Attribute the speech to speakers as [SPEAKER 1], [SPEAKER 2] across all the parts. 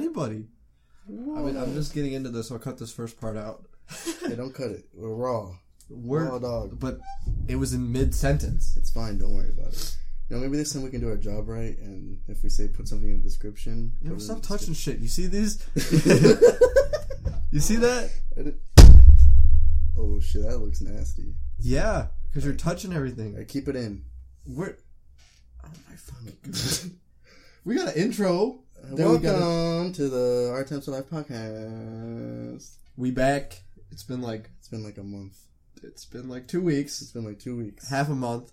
[SPEAKER 1] anybody. I mean, I'm just getting into this. I'll cut this first part out.
[SPEAKER 2] Hey, don't cut it. We're raw.
[SPEAKER 1] We're,
[SPEAKER 2] Raw dog.
[SPEAKER 1] But it was in mid sentence.
[SPEAKER 2] It's fine. Don't worry about it. You know, maybe this time we can do our job right, and if we say put something in the description,
[SPEAKER 1] You
[SPEAKER 2] put
[SPEAKER 1] know,
[SPEAKER 2] it in
[SPEAKER 1] stop
[SPEAKER 2] the
[SPEAKER 1] touching shit. You see these?
[SPEAKER 2] description.
[SPEAKER 1] You see that?
[SPEAKER 2] I did- oh shit, that looks nasty.
[SPEAKER 1] Yeah, because you're touching everything.
[SPEAKER 2] Alright, keep it in.
[SPEAKER 1] We're. Oh my fucking god. We got an intro. Then we
[SPEAKER 2] Welcome
[SPEAKER 1] gotta-
[SPEAKER 2] to the Our Attempts at Life podcast.
[SPEAKER 1] We back. It's been like
[SPEAKER 2] It's been like a month.
[SPEAKER 1] it's been like two weeks,
[SPEAKER 2] It's been like two weeks.
[SPEAKER 1] half a month.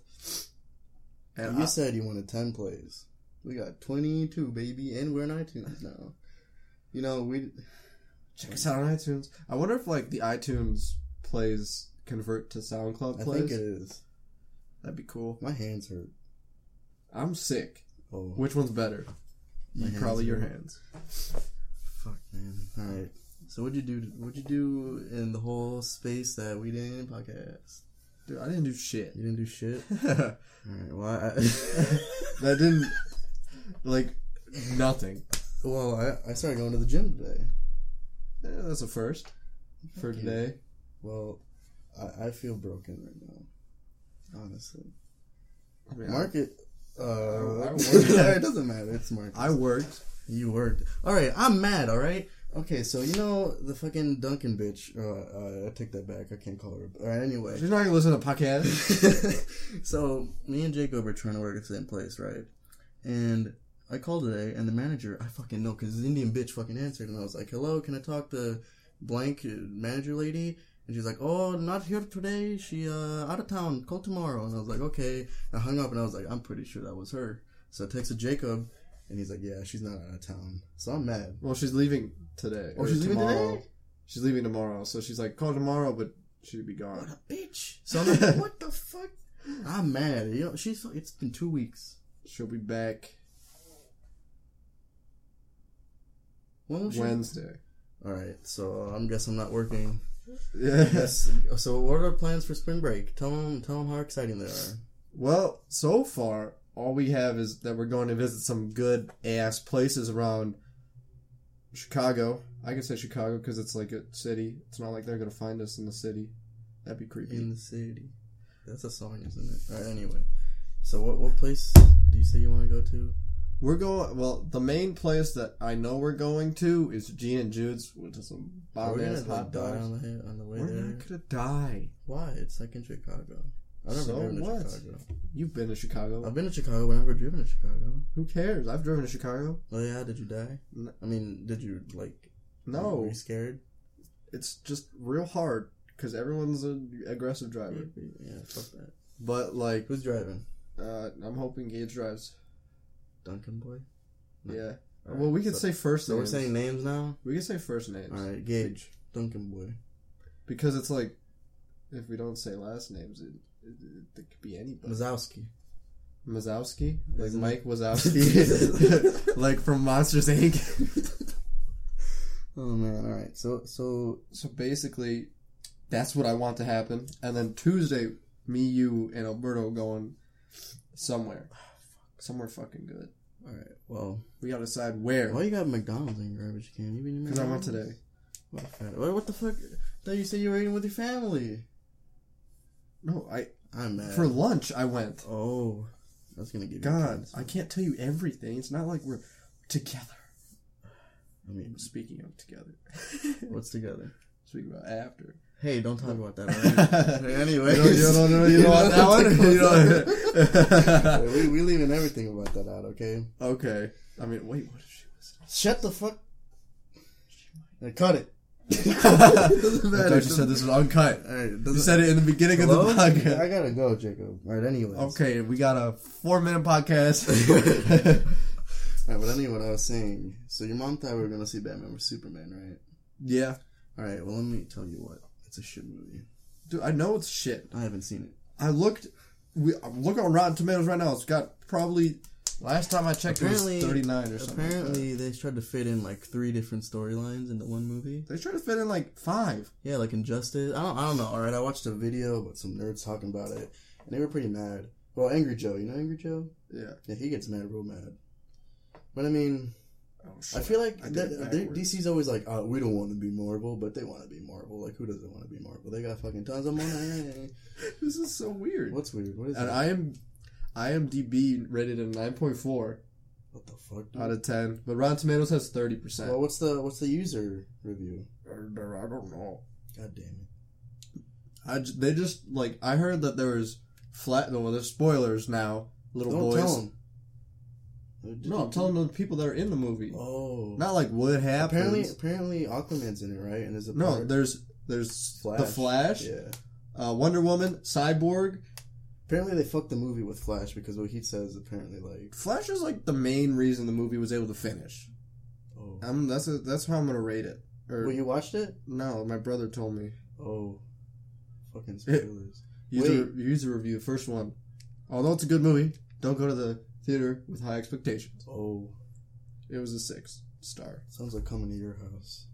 [SPEAKER 1] And
[SPEAKER 2] you
[SPEAKER 1] I-
[SPEAKER 2] said you wanted 10 plays. We got 22, baby, and we're on iTunes now. You know, we.
[SPEAKER 1] check us out on iTunes. I wonder if like the iTunes plays convert to SoundCloud
[SPEAKER 2] I
[SPEAKER 1] plays.
[SPEAKER 2] think it is.
[SPEAKER 1] That'd be cool.
[SPEAKER 2] My hands hurt.
[SPEAKER 1] I'm sick.
[SPEAKER 2] Oh.
[SPEAKER 1] Which one's better?
[SPEAKER 2] My hands
[SPEAKER 1] Probably your
[SPEAKER 2] hurt.
[SPEAKER 1] hands.
[SPEAKER 2] Fuck, man. Alright. So, what'd you do? What'd you do in the whole space that we didn't podcast?
[SPEAKER 1] Dude, I didn't do shit.
[SPEAKER 2] You didn't do shit?
[SPEAKER 1] that
[SPEAKER 2] Alright, well, I.
[SPEAKER 1] didn't like nothing.
[SPEAKER 2] well, I, I started going to the gym today.
[SPEAKER 1] Eh, that's a first for
[SPEAKER 2] Thank you.
[SPEAKER 1] today.
[SPEAKER 2] Well, I, I feel broken right now. Honestly.
[SPEAKER 1] I, mean, I-
[SPEAKER 2] Market. Uh,
[SPEAKER 1] I worked.
[SPEAKER 2] it doesn't matter. It's market.
[SPEAKER 1] I worked.
[SPEAKER 2] You worked. All right, I'm mad. All right. Okay, so you know the fucking Duncan bitch. Uh, uh, I take that back. I can't call her. All right. Anyway.
[SPEAKER 1] She's not gonna listen to podcasts.
[SPEAKER 2] so me and Jacob are trying to work at the same place, right? And I called today, and the manager I fucking know because this Indian bitch fucking answered, and I was like, "Hello, can I talk to blank uh, manager lady?" And she's like, "Oh, not here today. She uh out of town. Call tomorrow." And I was like, "Okay." I hung up, and I was like, "I'm pretty sure that was her." So I texted Jacob, and he's like, "Yeah, she's not out of town." So I'm mad.
[SPEAKER 1] Well, she's leaving today.
[SPEAKER 2] Oh,
[SPEAKER 1] or
[SPEAKER 2] she's leaving
[SPEAKER 1] tomorrow.
[SPEAKER 2] today?
[SPEAKER 1] She's leaving tomorrow, so she's like, call tomorrow, but she'd be
[SPEAKER 2] What
[SPEAKER 1] gone.
[SPEAKER 2] a bitch! So I'm like, "What the fuck?" I'm mad. You know, she's. It's been two weeks.
[SPEAKER 1] She'll be back
[SPEAKER 2] When was she?
[SPEAKER 1] Wednesday.
[SPEAKER 2] All right, so I'm guess I'm not working.
[SPEAKER 1] Yes.
[SPEAKER 2] Yes. So what are our plans for spring break? Tell them, tell 'em how exciting they are.
[SPEAKER 1] Well, so far, all we have is that we're going to visit some good ass places around Chicago. I can say Chicago because it's like a city. It's not like they're gonna find us in the city. That'd be creepy.
[SPEAKER 2] In the city. That's a song, isn't it? All right, anyway. So what what place do you say you want to go to?
[SPEAKER 1] We're going. Well, the main place that I know we're going to is Gene and Jude's, which is some
[SPEAKER 2] Are
[SPEAKER 1] bomb
[SPEAKER 2] we
[SPEAKER 1] ass
[SPEAKER 2] gonna
[SPEAKER 1] hot
[SPEAKER 2] like, die
[SPEAKER 1] dogs.
[SPEAKER 2] on the head- on the way
[SPEAKER 1] We're
[SPEAKER 2] there?
[SPEAKER 1] not gonna die.
[SPEAKER 2] Why? It's like in Chicago. I've never
[SPEAKER 1] So
[SPEAKER 2] driven to
[SPEAKER 1] what?
[SPEAKER 2] Chicago.
[SPEAKER 1] You've been to Chicago.
[SPEAKER 2] I've been to Chicago, but I've never driven to Chicago.
[SPEAKER 1] Who cares? I've driven to Chicago.
[SPEAKER 2] Oh yeah, did you die?
[SPEAKER 1] No.
[SPEAKER 2] I mean, did you like? were
[SPEAKER 1] No,
[SPEAKER 2] you scared?
[SPEAKER 1] it's just real hard because everyone's an aggressive driver.
[SPEAKER 2] Yeah, fuck that.
[SPEAKER 1] But like,
[SPEAKER 2] Who's driving?
[SPEAKER 1] uh, I'm hoping Gage drives.
[SPEAKER 2] Duncan boy. No.
[SPEAKER 1] Yeah.
[SPEAKER 2] Hmm. All
[SPEAKER 1] Well,
[SPEAKER 2] right,
[SPEAKER 1] we could
[SPEAKER 2] so-
[SPEAKER 1] say first
[SPEAKER 2] So we're
[SPEAKER 1] names.
[SPEAKER 2] saying names now.
[SPEAKER 1] we could say first names
[SPEAKER 2] All right, Gage, Duncan boy.
[SPEAKER 1] because it's like if we don't say last names, it, it, it, it could be anybody.
[SPEAKER 2] Mazowski.
[SPEAKER 1] Mazowski, like
[SPEAKER 2] Isn't
[SPEAKER 1] Mike Wazowski, like from Monsters Inc.
[SPEAKER 2] Oh man, all right. So so
[SPEAKER 1] So basically, that's what I want to happen. And then Tuesday, me, you, and Alberto going somewhere,
[SPEAKER 2] Ah,
[SPEAKER 1] somewhere fucking good.
[SPEAKER 2] all right. Well,
[SPEAKER 1] We gotta decide where.
[SPEAKER 2] why you got McDonald's in your garbage can? You been
[SPEAKER 1] Because I went today.
[SPEAKER 2] What, the fuck- what, what the fuck? thought you said you were eating with your family.
[SPEAKER 1] No, I
[SPEAKER 2] I'm mad.
[SPEAKER 1] for lunch I went.
[SPEAKER 2] oh, that's gonna give
[SPEAKER 1] God,
[SPEAKER 2] You
[SPEAKER 1] I can't tell you everything. It's not like we're together.
[SPEAKER 2] I mean,
[SPEAKER 1] Speaking of together,
[SPEAKER 2] what's together?
[SPEAKER 1] speaking about after.
[SPEAKER 2] Hey, don't talk about that. All right? anyway,
[SPEAKER 1] You don't- you don't know- you don't want that one? You don't-
[SPEAKER 2] we we leaving everything about that out. Okay.
[SPEAKER 1] okay. I mean, wait, what if she was?
[SPEAKER 2] Shut the fuck. Now Cut it.
[SPEAKER 1] doesn't
[SPEAKER 2] matter.
[SPEAKER 1] I thought you said this was uncut.
[SPEAKER 2] All right.
[SPEAKER 1] You
[SPEAKER 2] doesn't-
[SPEAKER 1] said it in the beginning
[SPEAKER 2] Hello?
[SPEAKER 1] of the podcast.
[SPEAKER 2] I gotta go, Jacob. All right, anyways.
[SPEAKER 1] Okay, we got a four minute podcast.
[SPEAKER 2] All right, but anyway, I was saying. So your mom thought we were gonna see Batman vs Superman,
[SPEAKER 1] yeah.
[SPEAKER 2] right? All right. Well, let me tell you what. It's a shit movie.
[SPEAKER 1] Dude, I know it's shit.
[SPEAKER 2] I haven't seen it.
[SPEAKER 1] I looked we I'm looking on Rotten Tomatoes right now. It's got probably last time I checked it
[SPEAKER 2] Apparently-
[SPEAKER 1] was thirty nine or something. like that.
[SPEAKER 2] Apparently, they tried to fit in like three different storylines into one movie.
[SPEAKER 1] they tried to fit in like five.
[SPEAKER 2] Yeah, like Injustice. I don't. I don't know. All right, I watched a video about some nerds talking about it, and they were pretty mad. Well, Angry Joe. You know Angry Joe?
[SPEAKER 1] Yeah.
[SPEAKER 2] Yeah, he gets mad, real mad. But I mean,
[SPEAKER 1] oh
[SPEAKER 2] I
[SPEAKER 1] shit.
[SPEAKER 2] feel like
[SPEAKER 1] I did
[SPEAKER 2] that,
[SPEAKER 1] it
[SPEAKER 2] they-
[SPEAKER 1] backwards.
[SPEAKER 2] DC's always like, oh, we don't want to be Marvel, but they want to be Marvel. Like, who doesn't want to be Marvel? They got fucking tons of money.
[SPEAKER 1] this is so weird.
[SPEAKER 2] What's weird? What is
[SPEAKER 1] and
[SPEAKER 2] that?
[SPEAKER 1] I am, IMDb rated a nine point four
[SPEAKER 2] what the fuck?
[SPEAKER 1] out
[SPEAKER 2] Dude?
[SPEAKER 1] of ten, but Rotten Tomatoes has thirty percent.
[SPEAKER 2] Well, what's the what's the user review?
[SPEAKER 1] I don't know.
[SPEAKER 2] God damn it!
[SPEAKER 1] I j- they just like I heard that there was flat. Well, there's spoilers now, little
[SPEAKER 2] Don't
[SPEAKER 1] boys.
[SPEAKER 2] tell them.
[SPEAKER 1] No, I'm telling the people that are in the movie.
[SPEAKER 2] Oh,
[SPEAKER 1] Not like what happened.
[SPEAKER 2] apparently, apparently, Aquaman's in it, right? And there's a
[SPEAKER 1] no.
[SPEAKER 2] part-
[SPEAKER 1] There's there's
[SPEAKER 2] Flash.
[SPEAKER 1] the Flash,
[SPEAKER 2] yeah.
[SPEAKER 1] uh, Wonder Woman, Cyborg.
[SPEAKER 2] Apparently, they fucked the movie with Flash because what he says apparently like,
[SPEAKER 1] Flash is like the main reason the movie was able to finish.
[SPEAKER 2] oh,
[SPEAKER 1] I'm that's a, that's how I'm gonna rate it. Or
[SPEAKER 2] well, you watched it?
[SPEAKER 1] no, my brother told me.
[SPEAKER 2] Oh, fucking spoilers.
[SPEAKER 1] User user review the first one. Although it's a good movie, don't go to the theater with high expectations.
[SPEAKER 2] oh,
[SPEAKER 1] It was a six star.
[SPEAKER 2] sounds like coming to your house.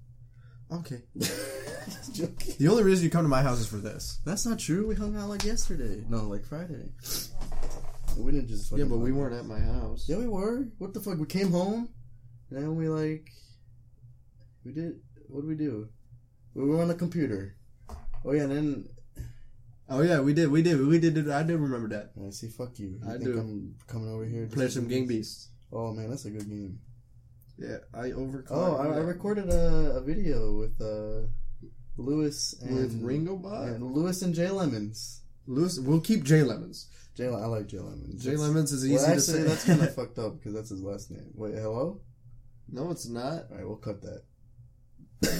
[SPEAKER 1] Okay.
[SPEAKER 2] Just joking.
[SPEAKER 1] The only reason you come to my house is for this.
[SPEAKER 2] That's not true. We hung out like yesterday. No, like Friday. We didn't just.
[SPEAKER 1] Yeah,
[SPEAKER 2] fucking
[SPEAKER 1] but we
[SPEAKER 2] hung out.
[SPEAKER 1] weren't at my house.
[SPEAKER 2] Yeah, we were. What the fuck? We came home, and then we like, we did. What did we do? We were on the computer. Oh yeah, and then
[SPEAKER 1] Oh yeah, we did. We did. We did. did I did remember that.
[SPEAKER 2] I see. Fuck you. you
[SPEAKER 1] I
[SPEAKER 2] think
[SPEAKER 1] do.
[SPEAKER 2] I'm coming over here.
[SPEAKER 1] Play some Gang Beasts.
[SPEAKER 2] Oh man, that's a good game.
[SPEAKER 1] Yeah, I over.
[SPEAKER 2] Oh, I, I recorded a, a video with uh, Lewis and
[SPEAKER 1] with Ringo Bot.
[SPEAKER 2] and Lewis and Jay Lemons.
[SPEAKER 1] Lewis, we'll keep Jay Lemons.
[SPEAKER 2] Jay, I like Jay Lemons.
[SPEAKER 1] Jay
[SPEAKER 2] That's-
[SPEAKER 1] Lemons is easy
[SPEAKER 2] Well,
[SPEAKER 1] to
[SPEAKER 2] actually,
[SPEAKER 1] say.
[SPEAKER 2] that's kind of fucked up because that's his last name. Wait, hello?
[SPEAKER 1] no, it's not.
[SPEAKER 2] All right, we'll cut that.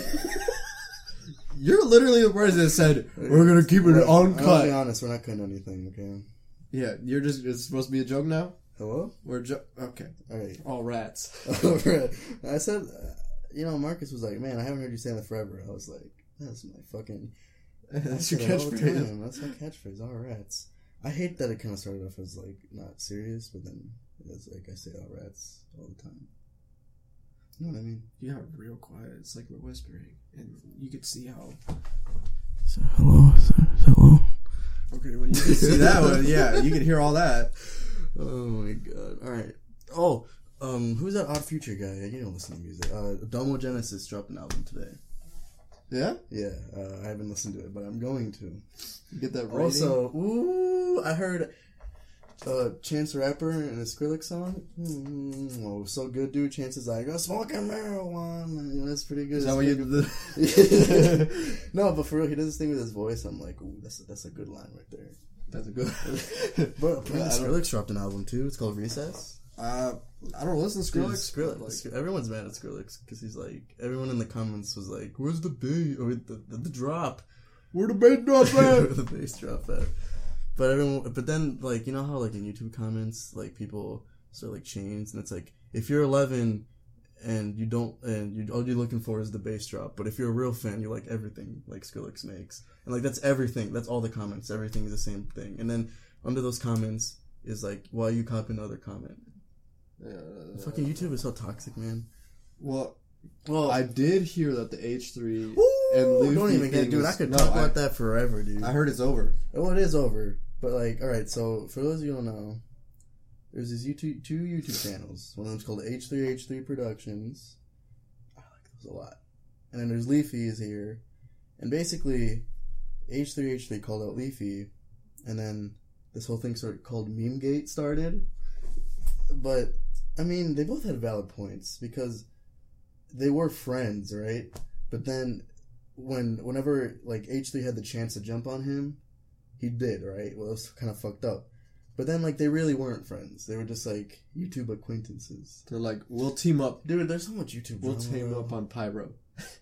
[SPEAKER 1] You're literally the person that said we're gonna keep it
[SPEAKER 2] I'll be
[SPEAKER 1] uncut.
[SPEAKER 2] honest, we're not cutting anything. Okay.
[SPEAKER 1] Yeah, you're just. It's supposed to be a joke now.
[SPEAKER 2] Hello.
[SPEAKER 1] We're jo- okay.
[SPEAKER 2] All right.
[SPEAKER 1] All rats.
[SPEAKER 2] I said, uh, you know, Marcus was like, "Man, I haven't heard you say that forever." I was like, "That's my fucking."
[SPEAKER 1] That's
[SPEAKER 2] I
[SPEAKER 1] your
[SPEAKER 2] say that all the
[SPEAKER 1] catchphrase.
[SPEAKER 2] time. That's my catchphrase. All rats. I hate that it kind of started off as like not serious, but then it's like I say all rats all the time. You know what I mean?
[SPEAKER 1] You got real quiet. It's like we're whispering, and you could see how.
[SPEAKER 2] So, hello, hello.
[SPEAKER 1] Okay, well you could see that one. Yeah, you could hear all that.
[SPEAKER 2] Oh my god. Alright. Oh, um, who's that Odd Future guy? You don't listen to music. Uh, Domo Genesis dropped an album today.
[SPEAKER 1] Yeah,
[SPEAKER 2] Yeah, uh, I haven't listened to it, but I'm going to.
[SPEAKER 1] you get that. Rating.
[SPEAKER 2] Also, ooh, I heard uh, Chance the Rapper and a Skrillex song. Mm, oh, so good, dude. Chance is like, I was smoking marijuana. You know, that's pretty good.
[SPEAKER 1] is that what you? The,
[SPEAKER 2] no, but for real, he does this thing with his voice. I'm like, ooh, that's a, that's a good line right there.
[SPEAKER 1] that's a good.
[SPEAKER 2] But apparently,
[SPEAKER 1] I don't-
[SPEAKER 2] Skrillex dropped an album too. It's called Recess.
[SPEAKER 1] Uh, I don't listen to
[SPEAKER 2] Dude,
[SPEAKER 1] Skrillex.
[SPEAKER 2] Skrillex.
[SPEAKER 1] but,
[SPEAKER 2] Skr- everyone's mad at Skrillex because he's like, everyone in the comments was like, "Where's the bass? Or the, the, the drop?
[SPEAKER 1] Where the bass drop
[SPEAKER 2] Where the bass drop at?" But everyone, but then like you know how like in YouTube comments like people start like chains and it's like if you're 11 and you don't and you all you're looking for is the bass drop, but if you're a real fan, you like everything like Skrillex makes and like that's everything. That's all the comments. Everything is the same thing. And then under those comments is like, "Why you copy another comment?"
[SPEAKER 1] Uh,
[SPEAKER 2] Fucking YouTube is so toxic, man.
[SPEAKER 1] Well,
[SPEAKER 2] Well,
[SPEAKER 1] I did hear that the H three.
[SPEAKER 2] and
[SPEAKER 1] and Luffy
[SPEAKER 2] don't even get,
[SPEAKER 1] thing
[SPEAKER 2] dude.
[SPEAKER 1] is-
[SPEAKER 2] I could
[SPEAKER 1] no,
[SPEAKER 2] talk
[SPEAKER 1] I-
[SPEAKER 2] about that forever, dude.
[SPEAKER 1] I heard it's over.
[SPEAKER 2] well, it is over, but like, all right. So for those of you who don't know, there's these YouTube two YouTube channels. One of them's called H3H3 Productions. I like those a lot. And then there's Leafy is here, and basically, H3H3 called out Leafy, and then this whole thing sort of called MemeGate started. But I mean, they both had valid points because they were friends, right? But then when whenever like H three had the chance to jump on him, he did, right? Well, it was kind of fucked up. But then like they really weren't friends. They were just like YouTube acquaintances.
[SPEAKER 1] They're like, we'll team up.
[SPEAKER 2] Dude, there's so much YouTube.
[SPEAKER 1] We'll
[SPEAKER 2] drama,
[SPEAKER 1] team
[SPEAKER 2] bro.
[SPEAKER 1] up on Pyro.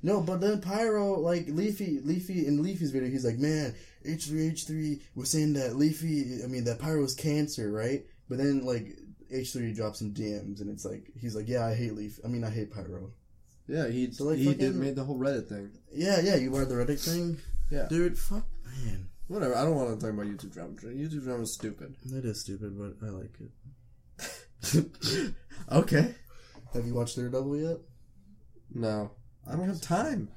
[SPEAKER 2] No, but then Pyro, like Leafy, Leafy in Leafy's video, he's like, "Man, H three H three was saying that Leafy, I mean that Pyro's cancer, right?" But then like H three E drops some DMs, and it's like he's like, "Yeah, I hate Leaf. I mean, I hate Pyro."
[SPEAKER 1] Yeah, he
[SPEAKER 2] So, like,
[SPEAKER 1] he did
[SPEAKER 2] fucking-
[SPEAKER 1] made the whole Reddit thing.
[SPEAKER 2] Yeah, yeah, you are the Reddit thing.
[SPEAKER 1] Yeah.
[SPEAKER 2] dude, fuck, man,
[SPEAKER 1] Whatever. I don't want to talk about YouTube drama. YouTube drama is stupid.
[SPEAKER 2] that is stupid, but I like it.
[SPEAKER 1] okay.
[SPEAKER 2] Have you watched Daredevil yet?
[SPEAKER 1] No, I don't have time.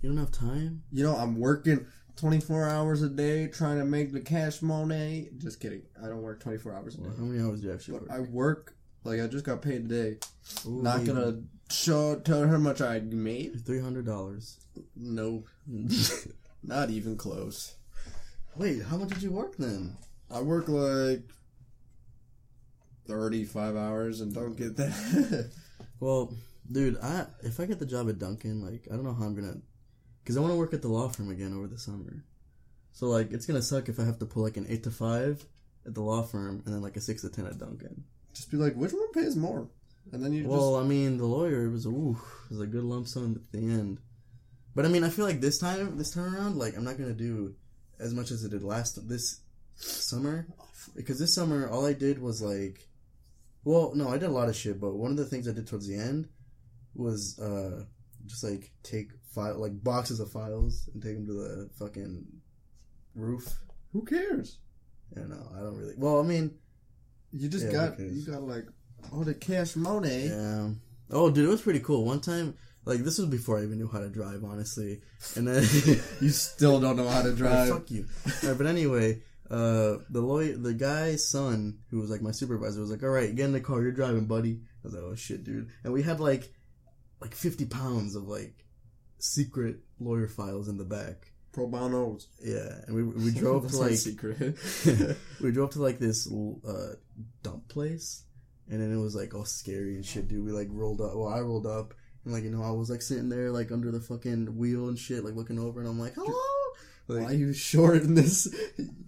[SPEAKER 2] You don't have time.
[SPEAKER 1] You know, I'm working 24 hours a day trying to make the cash money. Just kidding. I don't work 24 24 hours a day.
[SPEAKER 2] Well, how many hours do you actually
[SPEAKER 1] But
[SPEAKER 2] work?
[SPEAKER 1] I work like I just got paid today. Not
[SPEAKER 2] Ooh.
[SPEAKER 1] gonna show tell her how much I made?
[SPEAKER 2] Three hundred dollars.
[SPEAKER 1] No, not even close.
[SPEAKER 2] Wait, how much did you work then?
[SPEAKER 1] I work like thirty-five hours and don't get that.
[SPEAKER 2] Well, dude, I if I get the job at Duncan, like I don't know how I'm gonna, because I want to work at the law firm again over the summer. So like it's gonna suck if I have to pull like an eight to five at the law firm and then like a six to ten at Duncan.
[SPEAKER 1] just be like, which one pays more? And then you
[SPEAKER 2] Well, I mean the lawyer was ooh, it was a good lump sum at the end. But I mean I feel like this time this time around like I'm not gonna do as much as I did last this summer
[SPEAKER 1] just
[SPEAKER 2] because this summer all I did was like, well, no, I did a lot of shit, but one of the things I did towards the end was uh just like take file like boxes of files and take them to the fucking roof.
[SPEAKER 1] who cares?
[SPEAKER 2] I don't know. I don't really. Well, I mean,
[SPEAKER 1] You just
[SPEAKER 2] Yeah,
[SPEAKER 1] got
[SPEAKER 2] who cares?
[SPEAKER 1] you got like all the cash money.
[SPEAKER 2] yeah. Oh, dude, it was pretty cool. One time, like this was before I even knew how to drive, honestly. And then
[SPEAKER 1] You still don't know how to drive.
[SPEAKER 2] Oh, fuck you. Alright, but anyway, uh, the lawyer, the guy's son, who was like my supervisor, was like, "All right, get in the car. You're driving, buddy." I was like, "Oh shit, dude!" And we had like, like fifty pounds of like secret lawyer files in the back.
[SPEAKER 1] Pro bonos.
[SPEAKER 2] Yeah, and we we drove
[SPEAKER 1] That's
[SPEAKER 2] to
[SPEAKER 1] not
[SPEAKER 2] like
[SPEAKER 1] secret.
[SPEAKER 2] we drove to like this uh, dump place, and then it was like all scary and shit, dude. We like rolled up. Well, I rolled up, and like you know, I was like sitting there like under the fucking wheel and shit, like looking over, and I'm like, hello.
[SPEAKER 1] Why are you short in this?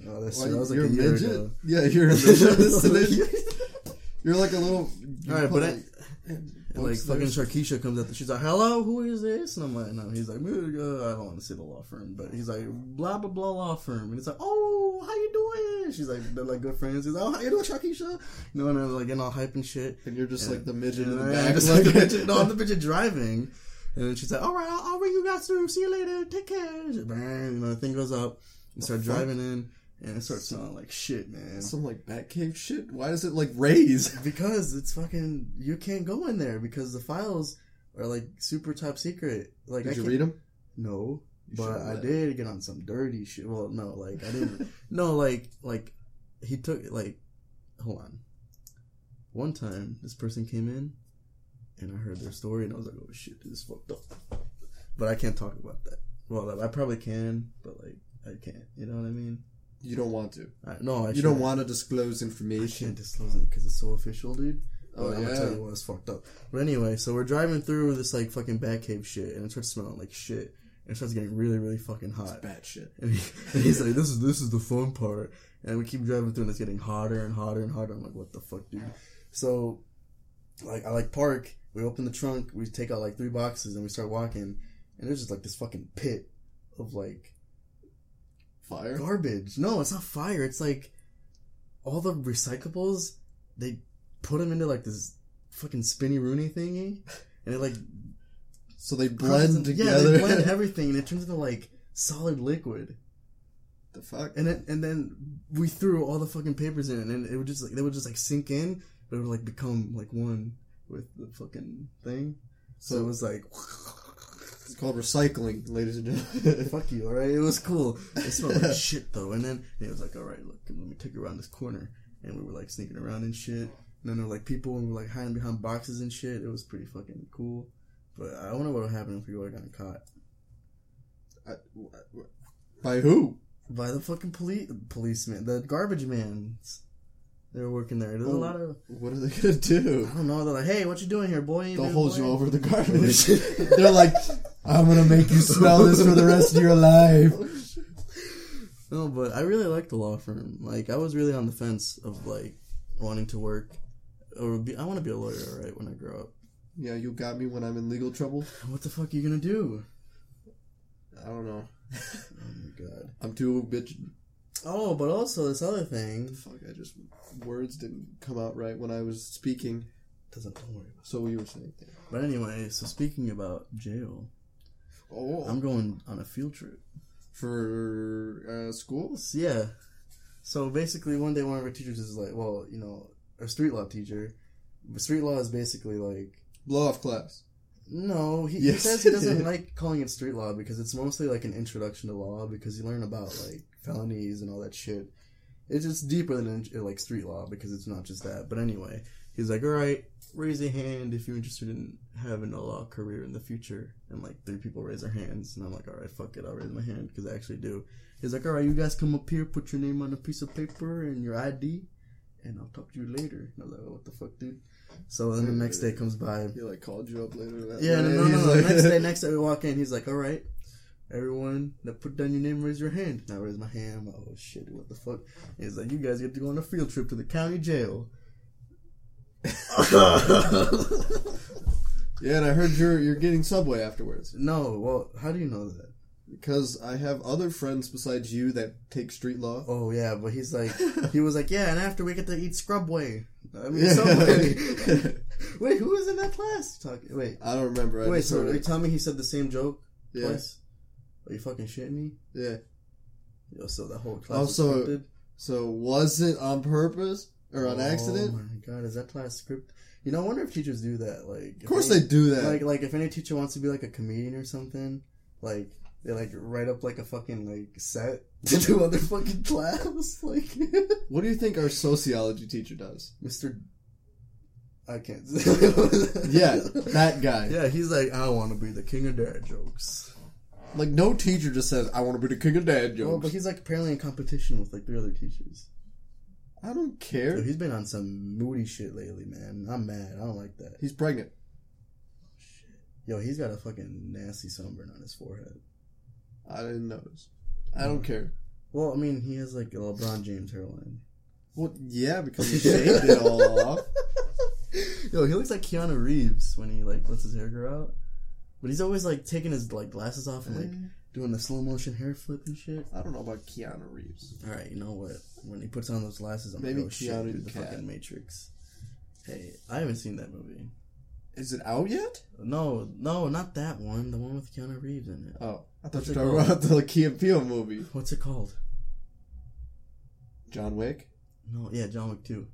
[SPEAKER 2] Oh, that's
[SPEAKER 1] Why
[SPEAKER 2] true. That was like
[SPEAKER 1] you're
[SPEAKER 2] a year
[SPEAKER 1] midget?
[SPEAKER 2] ago.
[SPEAKER 1] Yeah, you're a midget. This is- you're like a little.
[SPEAKER 2] All right, but I, like
[SPEAKER 1] Upstairs.
[SPEAKER 2] fucking Sharkeisha comes up and she's like, "Hello, who is this?" And I'm like, "No." He's like, "Uh, "I don't want to say the law firm," but he's like, "Blah blah blah law firm," and it's like, "Oh, how you doing?" She's like, "They're like good friends." He's like, "Oh, how you doing, Sharkeisha?" No, and I was like, getting all hype and shit.
[SPEAKER 1] and you're just
[SPEAKER 2] Yeah.
[SPEAKER 1] like the midget in
[SPEAKER 2] And
[SPEAKER 1] the
[SPEAKER 2] I-
[SPEAKER 1] back.
[SPEAKER 2] I'm just
[SPEAKER 1] like-
[SPEAKER 2] like the bitch, no, I'm the bitch driving. And then she's like, all right, I'll, I'll ring you guys through. See you later. Take care. Just bang, you know, the thing goes up. We start
[SPEAKER 1] fuck?
[SPEAKER 2] driving in, and it starts smelling like shit, man.
[SPEAKER 1] Some like Batcave shit. Why does it like raise?
[SPEAKER 2] Because it's fucking, you can't go in there because the files are like super top secret. Like, I
[SPEAKER 1] Did you
[SPEAKER 2] can't-
[SPEAKER 1] read them?
[SPEAKER 2] No, but I did get on some dirty shit. Well, no, like I didn't. no, like like he took like. Hold on. One time, this person came in, and I heard their story, and I was like, "Oh shit, this is fucked up." But I can't talk about that. Well, I probably can, but like I can't. You know what I mean?
[SPEAKER 1] You don't want to.
[SPEAKER 2] I, no, I
[SPEAKER 1] You don't
[SPEAKER 2] shouldn't.
[SPEAKER 1] want to disclose
[SPEAKER 2] I
[SPEAKER 1] information.
[SPEAKER 2] can't disclose it because it's so official, dude.
[SPEAKER 1] Oh
[SPEAKER 2] I'm gonna tell you
[SPEAKER 1] yeah.
[SPEAKER 2] what was fucked up. But anyway, so we're driving through this like fucking Batcave shit, and it starts smelling like shit, and it starts getting really, really fucking hot.
[SPEAKER 1] Bat shit.
[SPEAKER 2] And, he, and he's like, "This is this is the fun part." And we keep driving through, and it's getting hotter and hotter and hotter. I'm like, "What the fuck, dude?" So, like, I like park. We open the trunk. We take out like three boxes, and we start walking. And there's just like this fucking pit of like
[SPEAKER 1] Fire.
[SPEAKER 2] garbage. No, it's not fire. It's like all the recyclables. They put them into like this fucking spinny Rooney thingy, and it like
[SPEAKER 1] So they blend
[SPEAKER 2] Yeah,
[SPEAKER 1] together.
[SPEAKER 2] they blend everything, and it turns into like solid liquid.
[SPEAKER 1] the fuck?
[SPEAKER 2] And then and then we threw all the fucking papers in, and it would just like they would just like sink in, but it would like become like one with the fucking thing. So,
[SPEAKER 1] So-
[SPEAKER 2] it was like,
[SPEAKER 1] It's called recycling, ladies and gentlemen.
[SPEAKER 2] fuck you, all right. It was cool. It smelled like shit though. And then and it was like, all right, look, let me take you around this corner, and we were like sneaking around and shit. And then there were like people, and we were like hiding behind boxes and shit. It was pretty fucking cool. But I wonder what would happen if we would have gotten caught
[SPEAKER 1] I- w- w- By who?
[SPEAKER 2] by the fucking police policeman, the garbage man. They were working there. There's a
[SPEAKER 1] Oh.
[SPEAKER 2] lot of
[SPEAKER 1] What are they gonna do?
[SPEAKER 2] I don't know. They're like, hey, what you doing here, boy?
[SPEAKER 1] They'll
[SPEAKER 2] man,
[SPEAKER 1] hold
[SPEAKER 2] boy?"
[SPEAKER 1] you over the garbage. They're like, I'm gonna make you smell this for the rest of your life.
[SPEAKER 2] no, but I really like the law firm. Like, I was really on the fence of like wanting to work or be. I want to be a lawyer, right? When I grow up,
[SPEAKER 1] Yeah, you got me when I'm in legal trouble.
[SPEAKER 2] what the fuck are you gonna do?
[SPEAKER 1] I don't know.
[SPEAKER 2] Oh my god.
[SPEAKER 1] I'm too bitch.
[SPEAKER 2] Oh, but also this other thing
[SPEAKER 1] Fuck, I just words didn't come out right when I was speaking.
[SPEAKER 2] doesn't. Don't worry.
[SPEAKER 1] So you were saying. things.
[SPEAKER 2] But anyway, so speaking about jail,
[SPEAKER 1] Oh,
[SPEAKER 2] I'm going on a field trip.
[SPEAKER 1] for uh, school.
[SPEAKER 2] So, yeah. So basically, one day one of our teachers is like, well, you know, a street law teacher. Street law is basically like
[SPEAKER 1] Blow off class.
[SPEAKER 2] No, he, he
[SPEAKER 1] Yes.
[SPEAKER 2] says he doesn't like calling it street law because it's mostly like an introduction to law because you learn about like felonies and all that shit. It's just deeper than uh, like street law because it's not just that. But anyway, He's like, all right, raise a hand if you're interested in having a law career in the future. And like three people raise their hands, and I'm like, all right, fuck it, I'll raise my hand because I actually do. He's like, all right, you guys come up here, put your name on a piece of paper and your ID, and I'll talk to you later. And I was like, oh, what the fuck, dude? So then the next day comes by.
[SPEAKER 1] He like called you up later that
[SPEAKER 2] Yeah, no,
[SPEAKER 1] night.
[SPEAKER 2] no,
[SPEAKER 1] He's
[SPEAKER 2] no.
[SPEAKER 1] like-
[SPEAKER 2] the next day, next day we walk in, he's like, all right, everyone that put down your name, raise your hand. And I raise my hand. I'm like, oh shit, what the fuck? And he's like, you guys get to go on a field trip to the county jail.
[SPEAKER 1] Yeah, and I heard you're you're getting Subway afterwards
[SPEAKER 2] no, well, how do you know that?
[SPEAKER 1] because I have other friends besides you that take street law.
[SPEAKER 2] Oh yeah, but he's like, he was like, yeah, and after we get to eat Scrubway. I mean,
[SPEAKER 1] Yeah.
[SPEAKER 2] Subway. wait, who was in that class? Talking. Wait,
[SPEAKER 1] I don't remember. I
[SPEAKER 2] wait.
[SPEAKER 1] just
[SPEAKER 2] So
[SPEAKER 1] heard
[SPEAKER 2] you
[SPEAKER 1] it.
[SPEAKER 2] tell me he said the same joke
[SPEAKER 1] yeah,
[SPEAKER 2] twice? Are you fucking shitting me?
[SPEAKER 1] yeah.
[SPEAKER 2] Yo, so the whole class.
[SPEAKER 1] Also,
[SPEAKER 2] was scripted?
[SPEAKER 1] So was it on purpose or on accident?
[SPEAKER 2] Oh my god, is that class script? You know, I wonder if teachers do that. Like,
[SPEAKER 1] Of course they do that.
[SPEAKER 2] Like, like if any teacher wants to be like a comedian or something, like they like write up like a fucking like set to do other fucking class. Like,
[SPEAKER 1] what do you think our sociology teacher does?
[SPEAKER 2] Mister, I can't.
[SPEAKER 1] Yeah, that guy.
[SPEAKER 2] yeah. He's like, I want to be the king of dad jokes.
[SPEAKER 1] Like no teacher just says, "I want to be the king of dad
[SPEAKER 2] Well,
[SPEAKER 1] jokes."
[SPEAKER 2] but he's like apparently in competition with like three other teachers.
[SPEAKER 1] I don't
[SPEAKER 2] Dude,
[SPEAKER 1] care.
[SPEAKER 2] he's been on some moody shit lately, man. I'm mad. I don't like that.
[SPEAKER 1] He's pregnant.
[SPEAKER 2] Yo, he's got a fucking nasty sunburn on his forehead.
[SPEAKER 1] I didn't notice. I don't care.
[SPEAKER 2] Well, I mean, he has like a LeBron James hairline.
[SPEAKER 1] Well, yeah, because he shaved it all off.
[SPEAKER 2] Yo, he looks like Keanu Reeves when he like lets his hair grow out. But he's always like taking his like glasses off and like doing the slow motion hair flip and shit.
[SPEAKER 1] I don't know about Keanu Reeves.
[SPEAKER 2] All right, you know what? When he puts on those glasses, I'm
[SPEAKER 1] Maybe
[SPEAKER 2] like, oh shit,
[SPEAKER 1] Keanu
[SPEAKER 2] dude, the
[SPEAKER 1] Cat.
[SPEAKER 2] fucking Matrix. Hey, I haven't seen that movie.
[SPEAKER 1] Is it out yet?
[SPEAKER 2] No, no, not that one. The one with Keanu Reeves in it.
[SPEAKER 1] Oh, I thought
[SPEAKER 2] What's
[SPEAKER 1] you
[SPEAKER 2] it
[SPEAKER 1] were talking
[SPEAKER 2] called?
[SPEAKER 1] about the Key and Peele movie.
[SPEAKER 2] What's it called?
[SPEAKER 1] John Wick.
[SPEAKER 2] No, yeah, John Wick Two.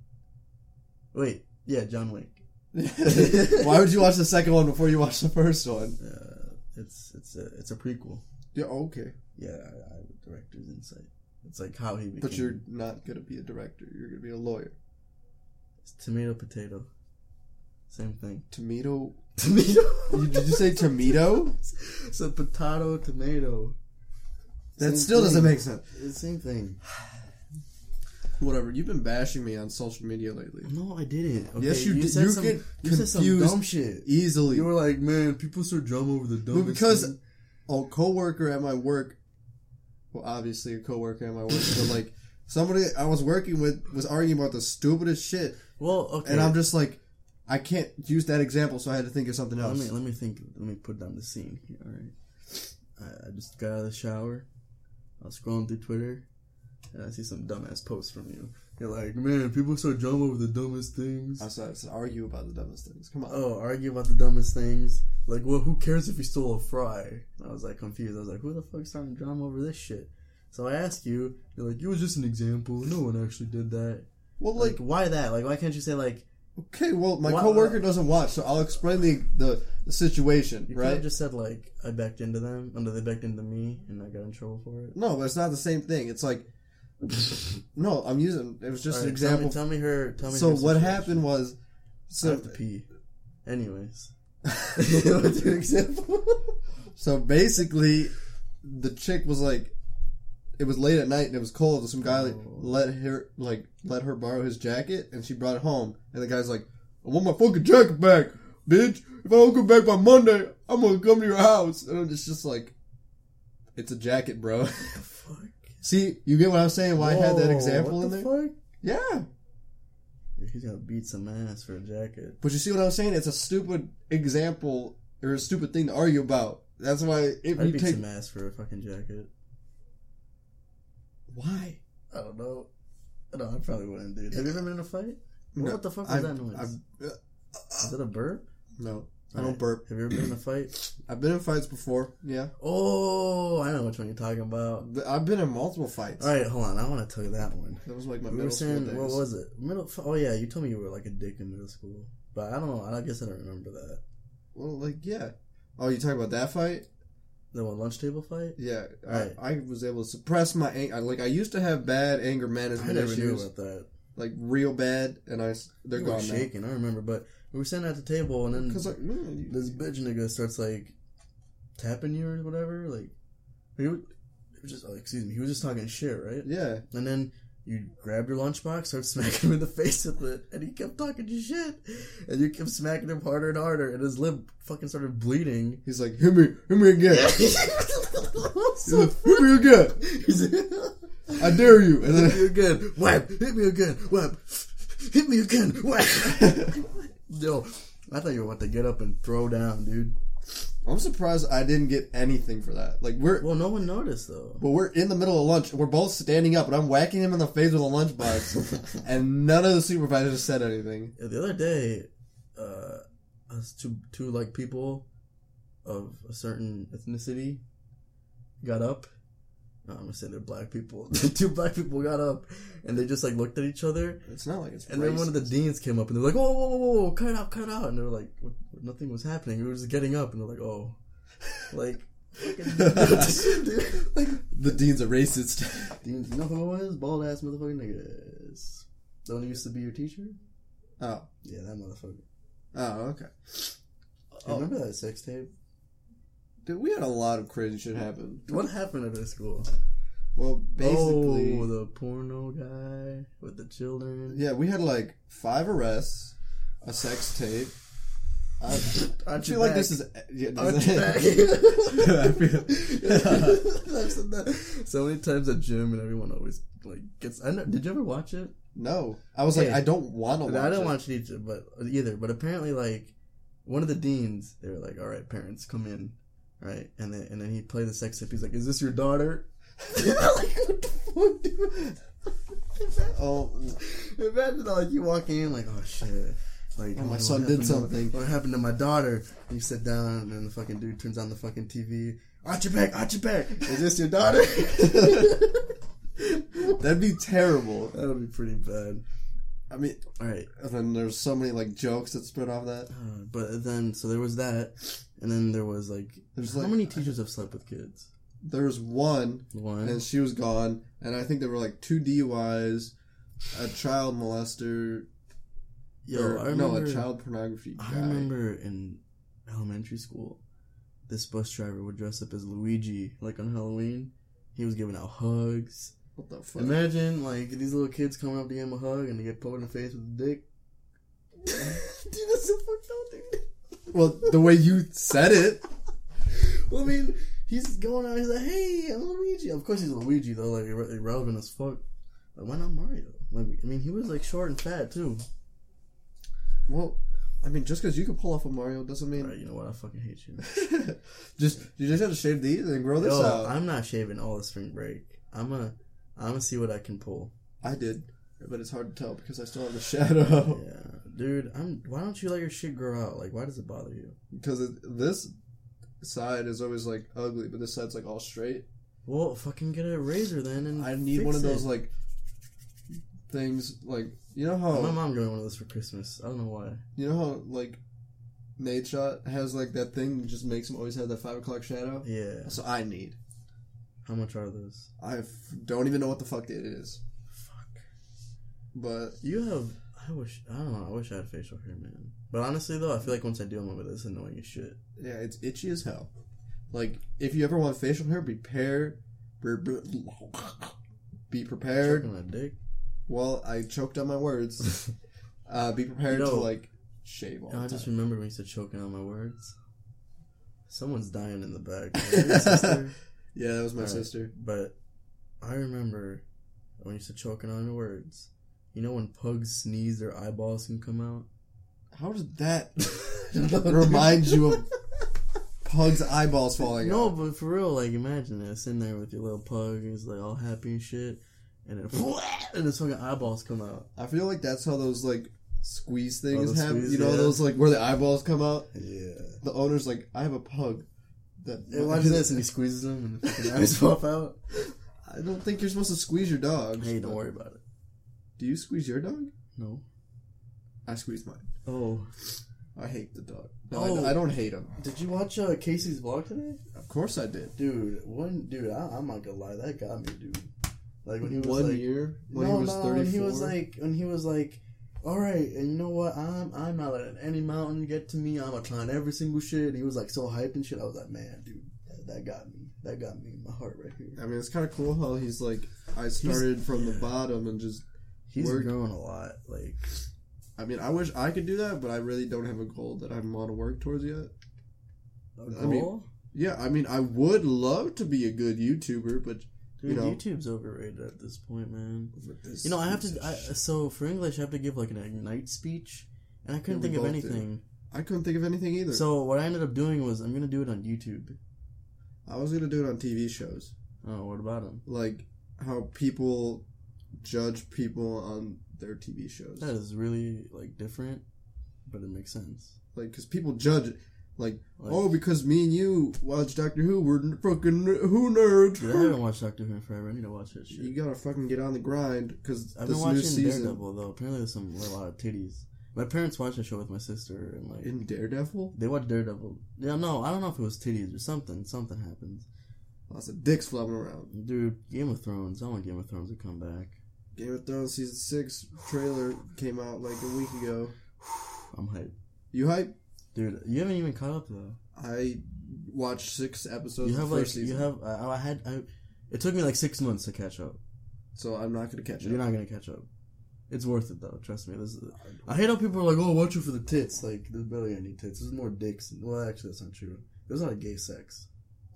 [SPEAKER 2] Wait, yeah, John Wick.
[SPEAKER 1] Why would you watch the second one before you watch the first one?
[SPEAKER 2] Uh, it's it's a it's a prequel.
[SPEAKER 1] Yeah, okay.
[SPEAKER 2] Yeah, I, I have a director's insight. It's like how he became
[SPEAKER 1] But you're not gonna be a director. You're gonna be a lawyer.
[SPEAKER 2] It's tomato potato. Same thing.
[SPEAKER 1] Tomato.
[SPEAKER 2] Tomato.
[SPEAKER 1] You- Did you say tomato?
[SPEAKER 2] it's a potato tomato.
[SPEAKER 1] That
[SPEAKER 2] Same
[SPEAKER 1] still doesn't
[SPEAKER 2] thing.
[SPEAKER 1] make sense.
[SPEAKER 2] It's the same thing.
[SPEAKER 1] Whatever. You've been bashing me on social media lately.
[SPEAKER 2] No, I didn't. Okay,
[SPEAKER 1] Yes, you did.
[SPEAKER 2] Said
[SPEAKER 1] You
[SPEAKER 2] some,
[SPEAKER 1] get
[SPEAKER 2] you said some
[SPEAKER 1] confused
[SPEAKER 2] dumb shit.
[SPEAKER 1] Easily.
[SPEAKER 2] You were like, man, people start drama over the dumbest.
[SPEAKER 1] because-
[SPEAKER 2] thing."
[SPEAKER 1] a coworker at my work, well, obviously a coworker at my work, but like somebody I was working with was arguing about the stupidest shit,
[SPEAKER 2] well, okay.
[SPEAKER 1] and I'm just like, I can't use that example, so I had to think of something
[SPEAKER 2] let
[SPEAKER 1] else.
[SPEAKER 2] me let me think. Let me put down the scene. Here, all right. I, I just got out of the shower. I was scrolling through Twitter, and I see some dumbass post from you. You're like, man, people start drama over the dumbest things.
[SPEAKER 1] I said, I said, argue about the dumbest things. Come on.
[SPEAKER 2] oh, argue about the dumbest things. Like, well, who cares if you stole a fry? And I was like confused. I was like, who the fuck's starting drama over this shit? So I asked you. You're like, it was just an example. No one actually did that.
[SPEAKER 1] well,
[SPEAKER 2] Like,
[SPEAKER 1] like,
[SPEAKER 2] why that? Like, why can't you say like,
[SPEAKER 1] okay, well, my
[SPEAKER 2] Wha-
[SPEAKER 1] coworker doesn't watch, so I'll explain the the, the situation,
[SPEAKER 2] you could have
[SPEAKER 1] right?
[SPEAKER 2] just said like, I backed into them, and they backed into me, and I got in trouble for it.
[SPEAKER 1] no, but it's not the same thing. It's like, no, I'm using it was just
[SPEAKER 2] All
[SPEAKER 1] an
[SPEAKER 2] right, tell me-
[SPEAKER 1] example.
[SPEAKER 2] Tell me, her. Tell me.
[SPEAKER 1] so
[SPEAKER 2] her
[SPEAKER 1] what
[SPEAKER 2] situation.
[SPEAKER 1] happened was,
[SPEAKER 2] I
[SPEAKER 1] so
[SPEAKER 2] have to pee. Anyways, what's your example?
[SPEAKER 1] So basically, the chick was like, it was late at night and it was cold. Some guy like,
[SPEAKER 2] Oh.
[SPEAKER 1] let her like let her borrow his jacket, and she brought it home. And the guy's like, "I want my fucking jacket back, bitch! If I don't come back by Monday, I'm gonna come to your house." And it's just like, it's a jacket, bro.
[SPEAKER 2] the fuck?
[SPEAKER 1] See, you get what I'm saying? Why I had that
[SPEAKER 2] Whoa,
[SPEAKER 1] example
[SPEAKER 2] what
[SPEAKER 1] in
[SPEAKER 2] the
[SPEAKER 1] there?
[SPEAKER 2] Fuck?
[SPEAKER 1] Yeah,
[SPEAKER 2] Yeah, He's gonna beat some ass for a jacket.
[SPEAKER 1] but you see what I'm saying? It's a stupid example or a stupid thing to argue about. That's why if
[SPEAKER 2] I'd
[SPEAKER 1] you
[SPEAKER 2] beat
[SPEAKER 1] take
[SPEAKER 2] some ass for a fucking jacket.
[SPEAKER 1] why.
[SPEAKER 2] I don't know. No, I probably wouldn't do that. Have you ever been in a fight?
[SPEAKER 1] No,
[SPEAKER 2] what the fuck was
[SPEAKER 1] I've-
[SPEAKER 2] that noise?
[SPEAKER 1] I've-
[SPEAKER 2] Is that a burp?
[SPEAKER 1] No, I
[SPEAKER 2] Alright.
[SPEAKER 1] don't burp.
[SPEAKER 2] Have you ever been in a fight?
[SPEAKER 1] I've been in fights before. Yeah,
[SPEAKER 2] Oh, I know which one you're talking about.
[SPEAKER 1] But I've been in multiple fights.
[SPEAKER 2] All right, hold on. I want to tell you that one.
[SPEAKER 1] That was like my
[SPEAKER 2] We
[SPEAKER 1] middle
[SPEAKER 2] were
[SPEAKER 1] school
[SPEAKER 2] saying,
[SPEAKER 1] days.
[SPEAKER 2] what was it? Middle. Oh yeah, you told me you were like a dick in middle school, but I don't know. I guess I don't remember that.
[SPEAKER 1] Well, like yeah. Oh, you talking about that fight?
[SPEAKER 2] The one lunch table fight?
[SPEAKER 1] Yeah, I,
[SPEAKER 2] Right.
[SPEAKER 1] I was able to suppress my anger. Like I used to have bad anger
[SPEAKER 2] I
[SPEAKER 1] management
[SPEAKER 2] never knew
[SPEAKER 1] issues.
[SPEAKER 2] about that.
[SPEAKER 1] like real bad, and I s- they're
[SPEAKER 2] We were
[SPEAKER 1] gone now.
[SPEAKER 2] shaking. I remember, but we were sitting at the table, and then
[SPEAKER 1] Because like, man, you-
[SPEAKER 2] this bitch nigga starts like tapping you or whatever. Like he was, he was just oh, excuse me, he was just talking shit, right?
[SPEAKER 1] yeah,
[SPEAKER 2] And then you grab your lunchbox, start smacking him in the face with it, and he kept talking shit, and you kept smacking him harder and harder, and his lip fucking started bleeding.
[SPEAKER 1] he's like, hit me, hit me again. He's
[SPEAKER 2] so
[SPEAKER 1] like, hit me again.
[SPEAKER 2] He's like,
[SPEAKER 1] I dare you. And
[SPEAKER 2] hit me
[SPEAKER 1] then
[SPEAKER 2] again, whap, hit me again, whap, hit me again, whap. Yo, I thought you were about to get up and throw down, dude.
[SPEAKER 1] I'm surprised I didn't get anything for that. Like we're
[SPEAKER 2] Well, no one noticed though.
[SPEAKER 1] well, we're in the middle of lunch. We're both standing up, and I'm whacking him in the face with a lunchbox, and none of the supervisors said anything.
[SPEAKER 2] The other day, uh, us two, two like people of a certain ethnicity got up. No, I'm gonna say they're black people. two black people got up and they just like looked at each other.
[SPEAKER 1] It's not like it's.
[SPEAKER 2] And then one of the deans came up and they're like, "Whoa, whoa, whoa, whoa, cut it out, cut it out!" And they were like, w- "Nothing was happening. We were just getting up." And they're like, "Oh, like, fucking- dude, like,
[SPEAKER 1] the dean's a racist.
[SPEAKER 2] deans, you know who it was? Bald ass motherfucking nigga is the one who used to be your teacher.
[SPEAKER 1] Oh,
[SPEAKER 2] Yeah, that motherfucker.
[SPEAKER 1] oh, okay.
[SPEAKER 2] You Remember that sex tape?
[SPEAKER 1] Dude, we had a lot of crazy shit happen.
[SPEAKER 2] What happened at this school?
[SPEAKER 1] Well, basically,
[SPEAKER 2] oh, the porno guy with the children.
[SPEAKER 1] yeah, we had like five arrests, a sex tape. I,
[SPEAKER 2] Arch
[SPEAKER 1] I
[SPEAKER 2] your
[SPEAKER 1] feel like
[SPEAKER 2] back.
[SPEAKER 1] this is. Yeah,
[SPEAKER 2] Arch
[SPEAKER 1] this
[SPEAKER 2] your
[SPEAKER 1] is- I feel-
[SPEAKER 2] back. I've said that so many times at gym, and everyone always like gets. I know, did you ever watch it?
[SPEAKER 1] no, I was like,
[SPEAKER 2] Hey.
[SPEAKER 1] I don't want to watch.
[SPEAKER 2] I didn't
[SPEAKER 1] it.
[SPEAKER 2] watch it either, but either. But apparently, like one of the deans, they were like, "All right, parents, come in." Right, and then and then he played the sex tape. He's like, "Is this your daughter?" like, what the fuck, dude?
[SPEAKER 1] Oh,
[SPEAKER 2] Imagine like you walk in like oh shit. Like
[SPEAKER 1] Oh, my
[SPEAKER 2] what
[SPEAKER 1] son did
[SPEAKER 2] happened to-
[SPEAKER 1] something.
[SPEAKER 2] what happened to my daughter? And you sit down and then the fucking dude turns on the fucking TV. Arch your back, arch your back. Is this your daughter? that
[SPEAKER 1] that'd be terrible.
[SPEAKER 2] would be pretty bad.
[SPEAKER 1] I mean,
[SPEAKER 2] All right,
[SPEAKER 1] and then there's so many like jokes that spread off that.
[SPEAKER 2] uh, but then so there was that, and then there was like
[SPEAKER 1] There's
[SPEAKER 2] how
[SPEAKER 1] like
[SPEAKER 2] many teachers have slept with kids?
[SPEAKER 1] there was one,
[SPEAKER 2] One.
[SPEAKER 1] and she was gone, and I think there were like two DUIs, a child molester,
[SPEAKER 2] Yo,
[SPEAKER 1] or-
[SPEAKER 2] I remember.
[SPEAKER 1] no, a child pornography guy.
[SPEAKER 2] I remember in elementary school, this bus driver would dress up as Luigi, like on Halloween. He was giving out hugs.
[SPEAKER 1] What the fuck?
[SPEAKER 2] Imagine like these little kids coming up to give him a hug and they get poked in the face with a dick. dude, that's so fucked up, dude.
[SPEAKER 1] well, the way you said it,
[SPEAKER 2] Well, I mean, he's going out. He's like, "Hey, I'm Luigi." Of course, he's Luigi though. Like irre- irrelevant as fuck. Like, why not Mario? Like, I mean, he was like short and fat too.
[SPEAKER 1] well, I mean, just because you can pull off a Mario doesn't
[SPEAKER 2] All
[SPEAKER 1] mean
[SPEAKER 2] right, you know what? I fucking hate you.
[SPEAKER 1] just you just have to shave these and grow this
[SPEAKER 2] Yo,
[SPEAKER 1] out.
[SPEAKER 2] I'm not shaving all the spring break. I'm gonna, I'm gonna see what I can pull.
[SPEAKER 1] I did, but it's hard to tell because I still have the shadow.
[SPEAKER 2] Yeah, dude. I'm. Why don't you let your shit grow out? Like, why does it bother you?
[SPEAKER 1] Because it this side is always like ugly, but this side's like all straight.
[SPEAKER 2] Well, fucking get a razor then, and
[SPEAKER 1] I need
[SPEAKER 2] Mm, fix
[SPEAKER 1] one of those
[SPEAKER 2] it.
[SPEAKER 1] like things, like you know how
[SPEAKER 2] My mom got me one of those for Christmas. I don't know why.
[SPEAKER 1] you know how like Nate Shot has like that thing that just makes him always have that five o'clock shadow.
[SPEAKER 2] Yeah.
[SPEAKER 1] So I need.
[SPEAKER 2] How much are those?
[SPEAKER 1] I f- don't even know what the fuck it is,
[SPEAKER 2] Fuck.
[SPEAKER 1] but
[SPEAKER 2] You have. I wish. I don't know. I wish I had facial hair, man. But honestly, though, I feel like once I do, I'm over this annoying as shit.
[SPEAKER 1] yeah, it's itchy as hell. Like if you ever want facial hair, prepare. br- br- Be prepared.
[SPEAKER 2] Choking my dick.
[SPEAKER 1] Well, I choked on my words. Uh, be prepared
[SPEAKER 2] You know-
[SPEAKER 1] to like shave all
[SPEAKER 2] I
[SPEAKER 1] the
[SPEAKER 2] just
[SPEAKER 1] time.
[SPEAKER 2] remembered when you said choking on my words. Someone's dying in the back. Is it your sister?
[SPEAKER 1] Yeah, that was my
[SPEAKER 2] Alright.
[SPEAKER 1] sister.
[SPEAKER 2] But I remember when you said choking on your words. You know when pugs sneeze, their eyeballs can come out.
[SPEAKER 1] How does that remind you of Pug's eyeballs falling
[SPEAKER 2] no,
[SPEAKER 1] out?
[SPEAKER 2] but for real, like imagine this in there with your little pug, he's like all happy and shit, and then and his fucking eyeballs come out.
[SPEAKER 1] I feel like that's how those like squeeze things
[SPEAKER 2] those
[SPEAKER 1] happen.
[SPEAKER 2] squeeze,
[SPEAKER 1] you know
[SPEAKER 2] yeah.
[SPEAKER 1] those like where the eyeballs come out.
[SPEAKER 2] Yeah.
[SPEAKER 1] The owner's like, I have a pug. That
[SPEAKER 2] And watch this, and he squeezes them, and the fucking eyes pop out.
[SPEAKER 1] I don't think you're supposed to squeeze your dog.
[SPEAKER 2] Hey, don't worry about it.
[SPEAKER 1] Do you squeeze your dog?
[SPEAKER 2] No.
[SPEAKER 1] I squeeze mine.
[SPEAKER 2] Oh,
[SPEAKER 1] I hate the dog. No,
[SPEAKER 2] Oh.
[SPEAKER 1] I, I don't hate him.
[SPEAKER 2] did you watch uh, Casey's vlog today?
[SPEAKER 1] Of course I did.
[SPEAKER 2] Dude, one dude, I, I'm not gonna lie, that got me, dude. Like when he was
[SPEAKER 1] one
[SPEAKER 2] like,
[SPEAKER 1] year when
[SPEAKER 2] no,
[SPEAKER 1] he was
[SPEAKER 2] no,
[SPEAKER 1] thirty
[SPEAKER 2] When he
[SPEAKER 1] four.
[SPEAKER 2] was like, when he was like, all right, and you know what? I'm I'm not letting any mountain get to me. I'm gonna climb every single shit. And he was like so hyped and shit. I was like, man, dude, that, that got me. That got me in my heart right here.
[SPEAKER 1] I mean, it's kind of cool how he's like, I started from the bottom and just.
[SPEAKER 2] He's
[SPEAKER 1] Work.
[SPEAKER 2] grown a lot. Like
[SPEAKER 1] I mean, I wish I could do that, but I really don't have a goal that I'm on to work towards yet.
[SPEAKER 2] a
[SPEAKER 1] I mean,
[SPEAKER 2] goal?
[SPEAKER 1] Yeah, I mean, I would love to be a good YouTuber, but
[SPEAKER 2] dude,
[SPEAKER 1] you know.
[SPEAKER 2] YouTube's overrated at this point, man.
[SPEAKER 1] this
[SPEAKER 2] You know, I have
[SPEAKER 1] piece
[SPEAKER 2] to.
[SPEAKER 1] of
[SPEAKER 2] I,
[SPEAKER 1] shit-
[SPEAKER 2] so for English, I have to give like an ignite speech, and I couldn't
[SPEAKER 1] Yeah, we
[SPEAKER 2] think
[SPEAKER 1] both
[SPEAKER 2] of
[SPEAKER 1] did.
[SPEAKER 2] anything.
[SPEAKER 1] I couldn't think of anything either.
[SPEAKER 2] So what I ended up doing was I'm gonna do it on YouTube.
[SPEAKER 1] I was gonna do it on TV shows,
[SPEAKER 2] Oh, what about him?
[SPEAKER 1] like how people judge people on their TV shows,
[SPEAKER 2] That is really like different, but it makes sense.
[SPEAKER 1] like because people judge, like,
[SPEAKER 2] Like,
[SPEAKER 1] oh, because me and you watch Doctor Who, we're n- fucking n- who nerds.
[SPEAKER 2] dude, I haven't watched Doctor Who in forever. I need to watch that shit.
[SPEAKER 1] You gotta fucking get on the grind because
[SPEAKER 2] I've
[SPEAKER 1] this
[SPEAKER 2] been
[SPEAKER 1] new
[SPEAKER 2] watching
[SPEAKER 1] season
[SPEAKER 2] Daredevil though. Apparently, there's some a lot of titties. My parents watched the show with my sister, and like
[SPEAKER 1] in Daredevil.
[SPEAKER 2] they watched Daredevil. Yeah, no, I don't know if it was titties or something. Something happened,
[SPEAKER 1] Lots of dicks flopping around.
[SPEAKER 2] dude. Game of Thrones. I want Game of Thrones to come back.
[SPEAKER 1] Game of Thrones season six trailer came out like a week ago.
[SPEAKER 2] I'm hyped,
[SPEAKER 1] You hype?
[SPEAKER 2] dude. You haven't even caught up though.
[SPEAKER 1] I watched six episodes
[SPEAKER 2] you
[SPEAKER 1] of
[SPEAKER 2] have
[SPEAKER 1] the
[SPEAKER 2] like
[SPEAKER 1] first season,
[SPEAKER 2] you have. I, I had. I, it took me like six months to catch up.
[SPEAKER 1] so I'm not gonna catch
[SPEAKER 2] You're
[SPEAKER 1] it.
[SPEAKER 2] not gonna catch up. It's worth it though. Trust me. This is. I hate how people are like, "Oh, watch it for the tits." Like, there's barely any tits. There's more dicks. and- Well, actually, that's not true. There's not a gay sex.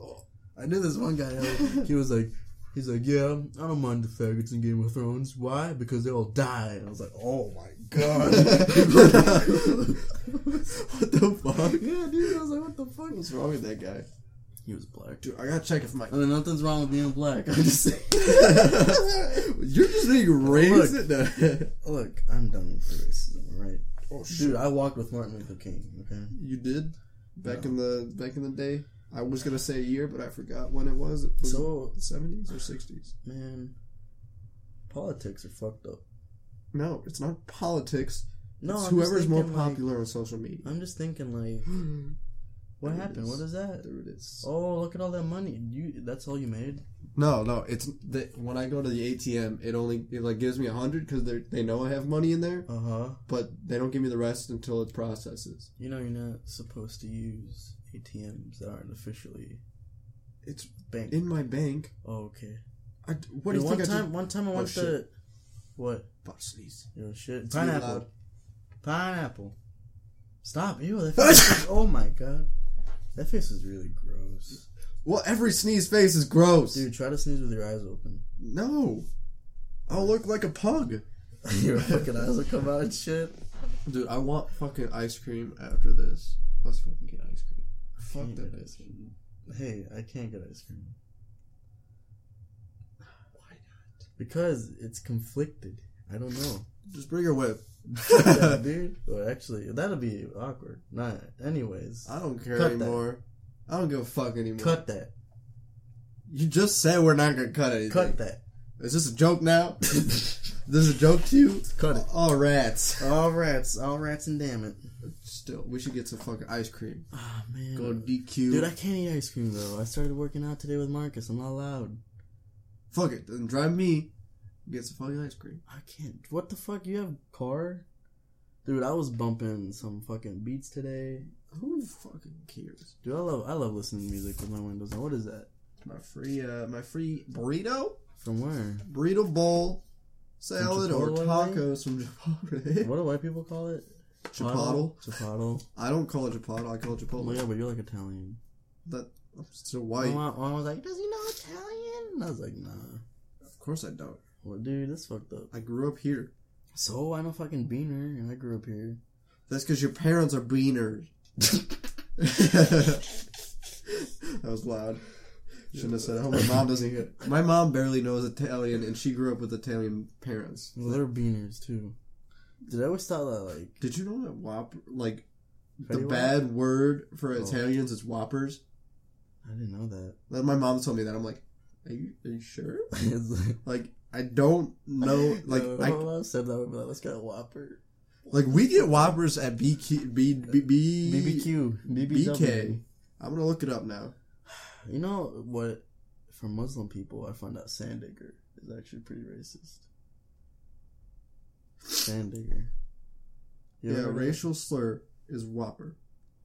[SPEAKER 2] Oh, I knew this one guy. like, he was like, he's like, "Yeah, I don't mind the faggots in Game of Thrones. Why? Because they all die." And I was like, "Oh my god."
[SPEAKER 1] What the fuck?
[SPEAKER 2] Yeah, dude. I was like, "What the fuck?"
[SPEAKER 1] What's wrong with that guy?
[SPEAKER 2] He was black.
[SPEAKER 1] Dude, I gotta check if my.
[SPEAKER 2] I mean, nothing's wrong with being black. I'm just saying.
[SPEAKER 1] You're just being racist.
[SPEAKER 2] Look, I'm done with the racism. All right.
[SPEAKER 1] oh
[SPEAKER 2] Dude, I walked with Martin Luther King. Okay.
[SPEAKER 1] You did back in the back in the day. I was gonna say a year, but I forgot when it was. It was
[SPEAKER 2] So
[SPEAKER 1] seventies or sixties?
[SPEAKER 2] man, politics are fucked up.
[SPEAKER 1] No, it's not politics.
[SPEAKER 2] No,
[SPEAKER 1] it's
[SPEAKER 2] I'm
[SPEAKER 1] whoever's
[SPEAKER 2] just
[SPEAKER 1] more
[SPEAKER 2] thinking, like-
[SPEAKER 1] popular on social media.
[SPEAKER 2] I'm just thinking like, what
[SPEAKER 1] There it
[SPEAKER 2] happened?
[SPEAKER 1] is.
[SPEAKER 2] What is that?
[SPEAKER 1] There it is.
[SPEAKER 2] Oh, look at all that money. You that's all you made.
[SPEAKER 1] No, no. It's the, when I go to the ATM, it only it like gives me a hundred because they they know I have money in there,
[SPEAKER 2] Uh huh.
[SPEAKER 1] but they don't give me the rest until it processes.
[SPEAKER 2] You know you're not supposed to use ATMs that aren't officially
[SPEAKER 1] It's
[SPEAKER 2] bank.
[SPEAKER 1] in my bank.
[SPEAKER 2] oh, okay.
[SPEAKER 1] I, what do
[SPEAKER 2] Dude,
[SPEAKER 1] you
[SPEAKER 2] one
[SPEAKER 1] think I
[SPEAKER 2] time?
[SPEAKER 1] did?
[SPEAKER 2] One time I
[SPEAKER 1] Oh,
[SPEAKER 2] went
[SPEAKER 1] shit.
[SPEAKER 2] to what?
[SPEAKER 1] About to sneeze.
[SPEAKER 2] Yo, shit.
[SPEAKER 1] really
[SPEAKER 2] Pineapple.
[SPEAKER 1] loud.
[SPEAKER 2] Pineapple. Stop. Ew, that face. oh my god. That face is really gross.
[SPEAKER 1] Well, every sneeze face is gross.
[SPEAKER 2] Dude, try to sneeze with your eyes open.
[SPEAKER 1] No, I'll look like a pug.
[SPEAKER 2] your fucking eyes will come out and shit.
[SPEAKER 1] Dude, I want fucking ice cream after this. Let's fucking get ice cream. Fuck
[SPEAKER 2] Can't
[SPEAKER 1] that
[SPEAKER 2] get
[SPEAKER 1] ice cream.
[SPEAKER 2] Hey, I can't get ice cream. Why not? Because it's conflicted. I don't know.
[SPEAKER 1] Just bring her whip.
[SPEAKER 2] yeah, dude. Well, actually, that'll be awkward. Not, anyways.
[SPEAKER 1] I don't care
[SPEAKER 2] Cut that.
[SPEAKER 1] anymore. I don't give a fuck anymore.
[SPEAKER 2] Cut that.
[SPEAKER 1] You just said we're not gonna cut anything.
[SPEAKER 2] Cut that.
[SPEAKER 1] Is this a joke now? this is a joke to you?
[SPEAKER 2] Cut it.
[SPEAKER 1] Oh rats.
[SPEAKER 2] All rats. All rats and damn it.
[SPEAKER 1] Still, we should get some fucking ice cream.
[SPEAKER 2] Oh, man.
[SPEAKER 1] Go to DQ.
[SPEAKER 2] Dude, I can't eat ice cream though. I started working out today with Marcus. I'm not allowed.
[SPEAKER 1] Fuck it. Then drive me. Get some fucking ice cream.
[SPEAKER 2] I can't. What the fuck? You have car? Dude, I was bumping some fucking beats today.
[SPEAKER 1] Who fucking cares?
[SPEAKER 2] Dude, I love I love listening to music with my windows on. What is that?
[SPEAKER 1] My free, uh, my free burrito,
[SPEAKER 2] From where?
[SPEAKER 1] burrito bowl, salad, or
[SPEAKER 2] Chipotle?
[SPEAKER 1] tacos from Chipotle.
[SPEAKER 2] What do white people call it?
[SPEAKER 1] Chipotle.
[SPEAKER 2] Chipotle.
[SPEAKER 1] I don't call it Chipotle. I call it
[SPEAKER 2] Oh my
[SPEAKER 1] Chipotle.
[SPEAKER 2] god, but you're like Italian.
[SPEAKER 1] That I'm so
[SPEAKER 2] My
[SPEAKER 1] white.
[SPEAKER 2] mom, mom was like, "Does he know Italian?" And I was like, "Nah."
[SPEAKER 1] Of course I don't.
[SPEAKER 2] Well, dude, that's fucked up.
[SPEAKER 1] I grew up here.
[SPEAKER 2] So I'm a fucking beaner, and I grew up here.
[SPEAKER 1] That's because your parents are beaners. that was loud. Shouldn't have said. it. I hope my mom doesn't hear. it. My mom barely knows Italian, and she grew up with Italian parents.
[SPEAKER 2] Well, they're beaners too. Did I always thought that like
[SPEAKER 1] Did you know that Whopper, like the
[SPEAKER 2] Fetty Wap?
[SPEAKER 1] bad word for
[SPEAKER 2] Oh.
[SPEAKER 1] Italians is Whoppers?
[SPEAKER 2] I didn't know that.
[SPEAKER 1] Like, My mom told me that. I'm like, are you, are you sure?
[SPEAKER 2] It's like-
[SPEAKER 1] Like I don't know. Like
[SPEAKER 2] Uh, my
[SPEAKER 1] I
[SPEAKER 2] mom said that would be like, "Let's get a Whopper."
[SPEAKER 1] Like we get Whoppers at BQ, B, B, B,
[SPEAKER 2] BBQ, BBW.
[SPEAKER 1] BK. I'm gonna look it up now.
[SPEAKER 2] You know what? For Muslim people, I found out Sandigger is actually pretty racist. Sand digger. You
[SPEAKER 1] Yeah,
[SPEAKER 2] ever heard of
[SPEAKER 1] racial slur is whopper.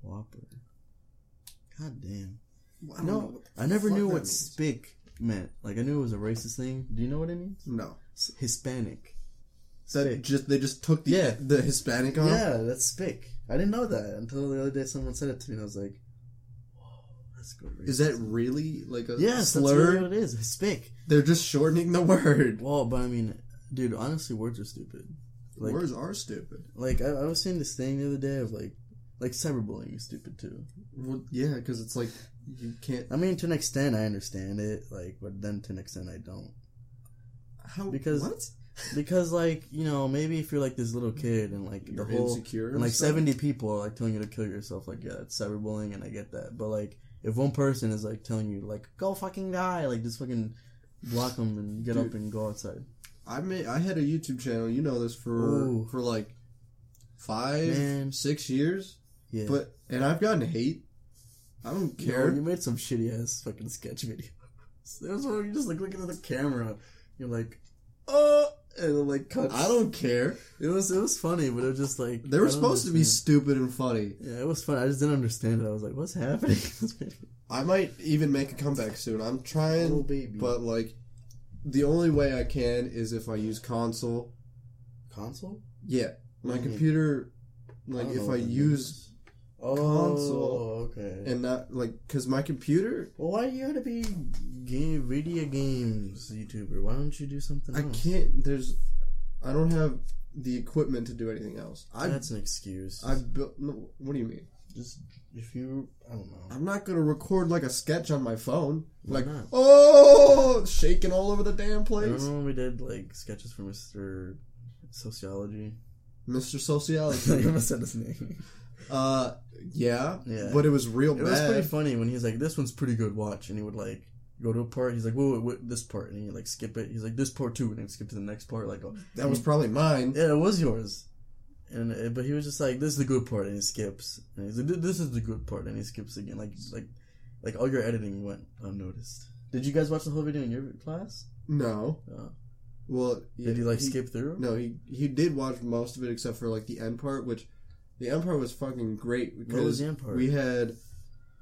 [SPEAKER 2] that? Whopper. God damn.
[SPEAKER 1] I don't know
[SPEAKER 2] No,
[SPEAKER 1] what the
[SPEAKER 2] I never
[SPEAKER 1] fuck
[SPEAKER 2] knew
[SPEAKER 1] that
[SPEAKER 2] what
[SPEAKER 1] means.
[SPEAKER 2] spick meant. Like I knew it was a racist thing. Do you know what it means?
[SPEAKER 1] No,
[SPEAKER 2] It's Hispanic.
[SPEAKER 1] that
[SPEAKER 2] Spick.
[SPEAKER 1] just they just took the
[SPEAKER 2] Yeah.
[SPEAKER 1] the Hispanic on.
[SPEAKER 2] Yeah, that's spick. I didn't know that until the other day someone said it to me, and I was like, "Whoa, that's good."
[SPEAKER 1] Is that really like a
[SPEAKER 2] yes? Slur?
[SPEAKER 1] slur?
[SPEAKER 2] That's really what it is. Spick.
[SPEAKER 1] They're just shortening the word.
[SPEAKER 2] Well, but I mean, dude, honestly, words are stupid. Like,
[SPEAKER 1] Words are stupid.
[SPEAKER 2] like I, I was seeing this thing the other day of like, like cyberbullying is stupid too.
[SPEAKER 1] Well, yeah, because it's like you can't.
[SPEAKER 2] I mean, to an extent, I understand it. Like, but then to an extent, I don't.
[SPEAKER 1] How
[SPEAKER 2] Because-
[SPEAKER 1] what?
[SPEAKER 2] Because like, you know, maybe if you're like this little kid and like
[SPEAKER 1] You're
[SPEAKER 2] the whole
[SPEAKER 1] insecure
[SPEAKER 2] and like
[SPEAKER 1] stuff?
[SPEAKER 2] seventy people are like telling you to kill yourself, like yeah, it's cyberbullying, and I get that. But like, if one person is like telling you like go fucking die, like just fucking block them and get
[SPEAKER 1] Dude.
[SPEAKER 2] up and go outside.
[SPEAKER 1] I made I had a YouTube channel. You know this for
[SPEAKER 2] Ooh.
[SPEAKER 1] for like five
[SPEAKER 2] Man.
[SPEAKER 1] six years,
[SPEAKER 2] Yeah,
[SPEAKER 1] but and I've gotten hate. I don't
[SPEAKER 2] No,
[SPEAKER 1] care.
[SPEAKER 2] you made some shitty ass fucking sketch videos. There was one where you just like looking at the camera, you're like, oh, and it, like cuts.
[SPEAKER 1] I don't care.
[SPEAKER 2] It was it was funny, but it was just like
[SPEAKER 1] They
[SPEAKER 2] I
[SPEAKER 1] were
[SPEAKER 2] don't
[SPEAKER 1] supposed to be
[SPEAKER 2] understand.
[SPEAKER 1] stupid and funny.
[SPEAKER 2] Yeah, it was fun. I just didn't understand it. I was like, what's happening?
[SPEAKER 1] I might even make a comeback soon. I'm trying,
[SPEAKER 2] Little baby.
[SPEAKER 1] but like the only way I can is if I use console.
[SPEAKER 2] console?
[SPEAKER 1] Yeah, my
[SPEAKER 2] Mhm.
[SPEAKER 1] computer. Like
[SPEAKER 2] don't know
[SPEAKER 1] if I
[SPEAKER 2] what that
[SPEAKER 1] use
[SPEAKER 2] means. oh,
[SPEAKER 1] console
[SPEAKER 2] okay.
[SPEAKER 1] and not like because my computer,
[SPEAKER 2] well, why do you gotta be game video games YouTuber? Why don't you do something?
[SPEAKER 1] I
[SPEAKER 2] else?
[SPEAKER 1] can't. There's, I don't have the equipment to do anything else. I
[SPEAKER 2] That's an excuse.
[SPEAKER 1] I built. No, what do you mean?
[SPEAKER 2] just if you, I don't know.
[SPEAKER 1] I'm not gonna record like a sketch on my phone.
[SPEAKER 2] Why
[SPEAKER 1] Like
[SPEAKER 2] not?
[SPEAKER 1] oh, shaking all over the damn
[SPEAKER 2] I
[SPEAKER 1] place.
[SPEAKER 2] remember when we did like sketches for Mister Sociology. Mm-hmm.
[SPEAKER 1] Mr.
[SPEAKER 2] I
[SPEAKER 1] Sociology.
[SPEAKER 2] Oh, almost said his name.
[SPEAKER 1] uh, yeah,
[SPEAKER 2] Yeah.
[SPEAKER 1] but it was real
[SPEAKER 2] It
[SPEAKER 1] bad.
[SPEAKER 2] was pretty funny when he's like, "This one's pretty good. Watch," and he would like go to a part. He's like, "Wait, wait, wait this part," and he like skip it. He's like, "This part too," and then skip to the next part. Like, oh,
[SPEAKER 1] that was probably mine.
[SPEAKER 2] yeah, it was yours. And uh, but he was just like, "This is the good part," and he skips. And he's like, "Th- "This is the good part," and he skips again. Like, like, like all your editing went unnoticed. Did you guys watch the whole video in your class?
[SPEAKER 1] No.
[SPEAKER 2] Oh.
[SPEAKER 1] Well,
[SPEAKER 2] Did you like
[SPEAKER 1] he-
[SPEAKER 2] skip through?
[SPEAKER 1] No, he he did watch most of it except for like the end part, which the end part was fucking great
[SPEAKER 2] What was
[SPEAKER 1] because
[SPEAKER 2] the end part?
[SPEAKER 1] we had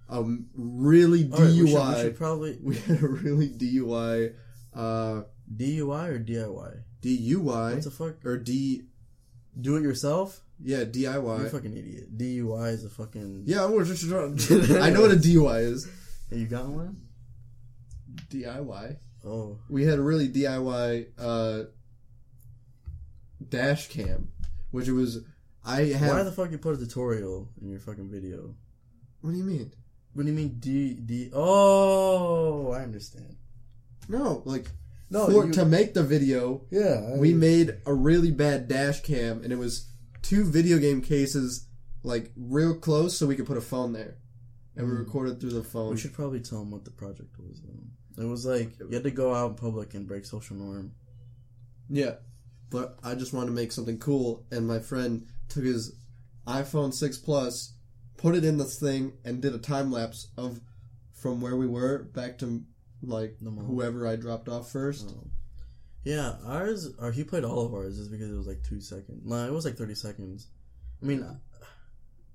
[SPEAKER 1] a really
[SPEAKER 2] All right,
[SPEAKER 1] DUI.
[SPEAKER 2] we
[SPEAKER 1] we,
[SPEAKER 2] should- we should probably
[SPEAKER 1] had a really DUI, uh,
[SPEAKER 2] DUI or DIY. What
[SPEAKER 1] DUI
[SPEAKER 2] the fuck?
[SPEAKER 1] or D
[SPEAKER 2] Do it yourself?
[SPEAKER 1] yeah
[SPEAKER 2] You
[SPEAKER 1] DIY.
[SPEAKER 2] fucking idiot. DUI is a fucking.
[SPEAKER 1] Yeah, I was just I know what a DUI is.
[SPEAKER 2] Hey, you got one?
[SPEAKER 1] DIY.
[SPEAKER 2] Oh.
[SPEAKER 1] We had a really DIY uh, dash cam, which it was. I have.
[SPEAKER 2] Why the fuck you put a tutorial in your fucking video?
[SPEAKER 1] what do you mean?
[SPEAKER 2] What do you mean D D? Oh, I understand.
[SPEAKER 1] No, like
[SPEAKER 2] No,
[SPEAKER 1] for
[SPEAKER 2] you-
[SPEAKER 1] to make the video,
[SPEAKER 2] yeah,
[SPEAKER 1] we made a really bad dash cam, and it was two video game cases like real close, so we could put a phone there, and we
[SPEAKER 2] Mm.
[SPEAKER 1] recorded through the
[SPEAKER 2] we
[SPEAKER 1] phone.
[SPEAKER 2] should probably tell them what the project was. Though it was like you had to go out in public and break social norm.
[SPEAKER 1] Yeah, but I just wanted to make something cool, and my friend took his iPhone six plus, put it in this thing, and did a time lapse of from where we were back to like
[SPEAKER 2] The mall.
[SPEAKER 1] whoever I dropped off first.
[SPEAKER 2] Oh. Yeah, ours. Or he played all of ours just because it was like two seconds. No, it was like thirty seconds. I mean, I-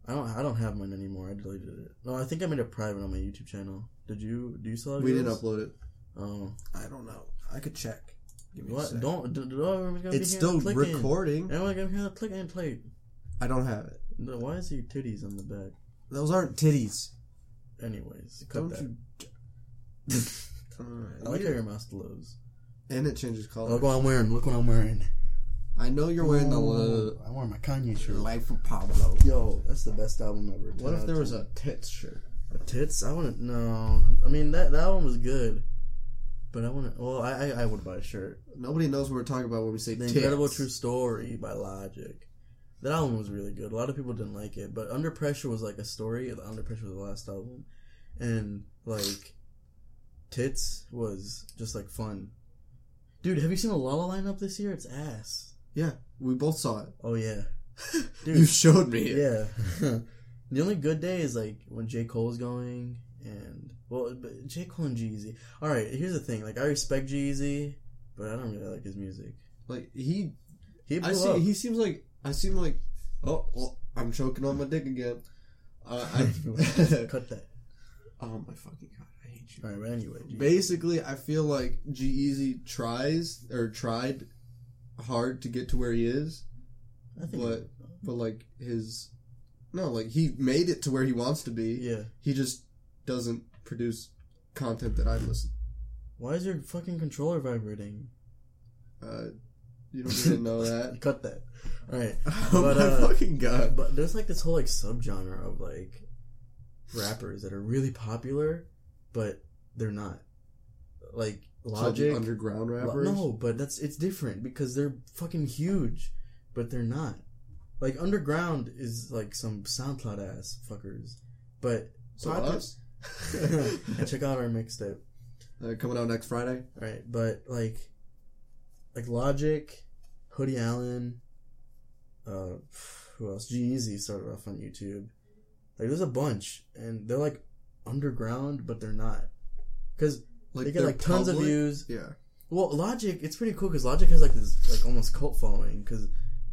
[SPEAKER 2] I don't. I don't have mine anymore. I deleted it. No, I think I made it private on my YouTube channel. Did you? Do you still have?
[SPEAKER 1] We didn't
[SPEAKER 2] yours?
[SPEAKER 1] upload it.
[SPEAKER 2] Oh,
[SPEAKER 1] I don't know. I could check. Give me a
[SPEAKER 2] what?
[SPEAKER 1] sec.
[SPEAKER 2] Don't. don't, don't
[SPEAKER 1] It's still recording.
[SPEAKER 2] And we're gonna hear the click and play.
[SPEAKER 1] I don't have it.
[SPEAKER 2] No, Why is he titties on the back?
[SPEAKER 1] Those aren't titties.
[SPEAKER 2] Anyways, cut
[SPEAKER 1] Don't
[SPEAKER 2] that.
[SPEAKER 1] you? Alright,
[SPEAKER 2] I like
[SPEAKER 1] you-
[SPEAKER 2] how your mouse glows.
[SPEAKER 1] and it changes color.
[SPEAKER 2] Look what I'm wearing. Look what I'm wearing.
[SPEAKER 1] I know you're wearing the
[SPEAKER 2] Ooh,
[SPEAKER 1] uh,
[SPEAKER 2] I'm wearing my Kanye shirt.
[SPEAKER 1] Life of Pablo.
[SPEAKER 2] Yo, that's the best album ever.
[SPEAKER 1] What if there was
[SPEAKER 2] a
[SPEAKER 1] a tits shirt?
[SPEAKER 2] tits? I wouldn't. No, I mean that that one was good, but I wouldn't. Well, I I, I would buy a shirt.
[SPEAKER 1] Nobody knows what we're talking about when we say
[SPEAKER 2] The
[SPEAKER 1] tits.
[SPEAKER 2] Incredible True Story by Logic. That album was really good. A lot of people didn't like it, but Under Pressure was like a story. and Under Pressure was the last album, and like Tits was just like fun. Dude, have you seen the Lala lineup this year? It's ass.
[SPEAKER 1] Yeah, we both saw it.
[SPEAKER 2] Oh yeah,
[SPEAKER 1] You
[SPEAKER 2] dude.
[SPEAKER 1] showed me. it.
[SPEAKER 2] yeah. the only good day is like when J Cole's going, and well, but J Cole and Jeezy. All right, here's the thing. Like I respect Jeezy. but I don't really like his music.
[SPEAKER 1] Like he,
[SPEAKER 2] He blew
[SPEAKER 1] I see.
[SPEAKER 2] up.
[SPEAKER 1] He seems like I seem like. Oh, well, I'm choking on my dick again. Uh, I,
[SPEAKER 2] Cut that.
[SPEAKER 1] oh my fucking god! I hate you.
[SPEAKER 2] All right, but anyway,
[SPEAKER 1] Basically, I feel like G Easy tries or tried hard to get to where he is,
[SPEAKER 2] I think
[SPEAKER 1] but but like his no, like he made it to where he wants to be.
[SPEAKER 2] yeah.
[SPEAKER 1] He just doesn't produce content that I listen.
[SPEAKER 2] Why is your fucking controller vibrating?
[SPEAKER 1] Uh, you don't really know that.
[SPEAKER 2] Cut that. All right,
[SPEAKER 1] oh
[SPEAKER 2] But,
[SPEAKER 1] my
[SPEAKER 2] uh,
[SPEAKER 1] fucking god!
[SPEAKER 2] but there's like this whole like subgenre of like rappers that are really popular, but they're not. Like Logic,
[SPEAKER 1] Some underground
[SPEAKER 2] Lo-
[SPEAKER 1] rappers.
[SPEAKER 2] No, but that's it's different because they're fucking huge, but they're not. Like underground is like some SoundCloud ass fuckers, but
[SPEAKER 1] So
[SPEAKER 2] Pop-
[SPEAKER 1] us?
[SPEAKER 2] and check out our mixtape.
[SPEAKER 1] Uh, coming out next Friday.
[SPEAKER 2] All right, but like, like Logic, Hoodie Allen, uh, who else? G-Eazy started off on YouTube. Like, there's a bunch, and they're like underground, but they're not because
[SPEAKER 1] Like
[SPEAKER 2] they get
[SPEAKER 1] they're
[SPEAKER 2] like tons of
[SPEAKER 1] public?
[SPEAKER 2] views.
[SPEAKER 1] Yeah.
[SPEAKER 2] Well, Logic, it's pretty cool because Logic has like this like almost cult following because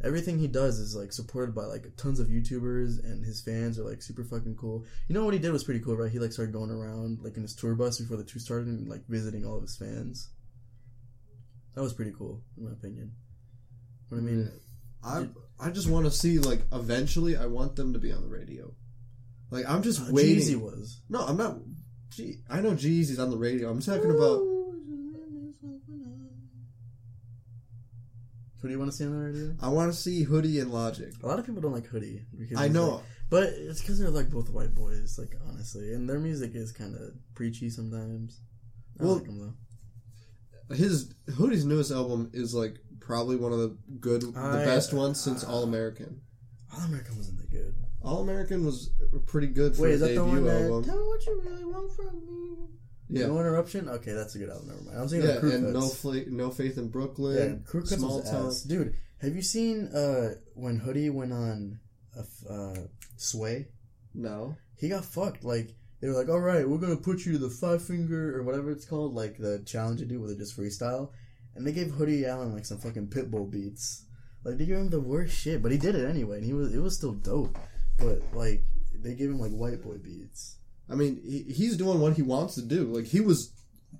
[SPEAKER 2] everything he does is like supported by like tons of YouTubers and his fans are like super fucking cool. You know what he did was pretty cool, right? He like started going around like in his tour bus before the tour started and like visiting all of his fans. That was pretty cool, in my opinion. What I mean,
[SPEAKER 1] I I just want to see like eventually I want them to be on the radio. Like I'm just
[SPEAKER 2] uh,
[SPEAKER 1] waiting.
[SPEAKER 2] Jeezy was
[SPEAKER 1] No, I'm not. Gee, I know Jeezy's on the radio. I'm talking about.
[SPEAKER 2] Who do you want to see on the radio?
[SPEAKER 1] I want to see Hoodie and Logic.
[SPEAKER 2] A lot of people don't like Hoodie. Because
[SPEAKER 1] I
[SPEAKER 2] he's, like,
[SPEAKER 1] know.
[SPEAKER 2] But it's because they're like both white boys, like honestly, and their music is kind of preachy sometimes. I
[SPEAKER 1] Well-
[SPEAKER 2] like 'em, though.
[SPEAKER 1] His Hoodie's newest album is like probably one of the good, the
[SPEAKER 2] I- uh,
[SPEAKER 1] best ones since All American.
[SPEAKER 2] All American wasn't that good.
[SPEAKER 1] All American was pretty good for
[SPEAKER 2] Wait,
[SPEAKER 1] a
[SPEAKER 2] is that the one
[SPEAKER 1] debut
[SPEAKER 2] that?
[SPEAKER 1] album.
[SPEAKER 2] Tell me what you really want from me.
[SPEAKER 1] Yeah,
[SPEAKER 2] No interruption. Okay, that's a good album. Never mind. I was thinking
[SPEAKER 1] yeah,
[SPEAKER 2] of Crew
[SPEAKER 1] and no,
[SPEAKER 2] Cuts.
[SPEAKER 1] fla- no faith in
[SPEAKER 2] yeah,
[SPEAKER 1] Brooklyn.
[SPEAKER 2] Crew Cuts
[SPEAKER 1] small
[SPEAKER 2] was
[SPEAKER 1] town.
[SPEAKER 2] ass. Dude, have you seen uh when Hoodie went on a f- uh, Sway?
[SPEAKER 1] No,
[SPEAKER 2] he got fucked. Like they were like, "All right, we're gonna put you to the five finger or whatever it's called, like the challenge you do where they just freestyle." And they gave Hoodie Allen like some fucking pitbull beats. Like they gave him the worst shit, but he did it anyway, and he was it was still dope. But like they gave him like white boy beats.
[SPEAKER 1] I mean, he, he's doing what he wants to do. Like he was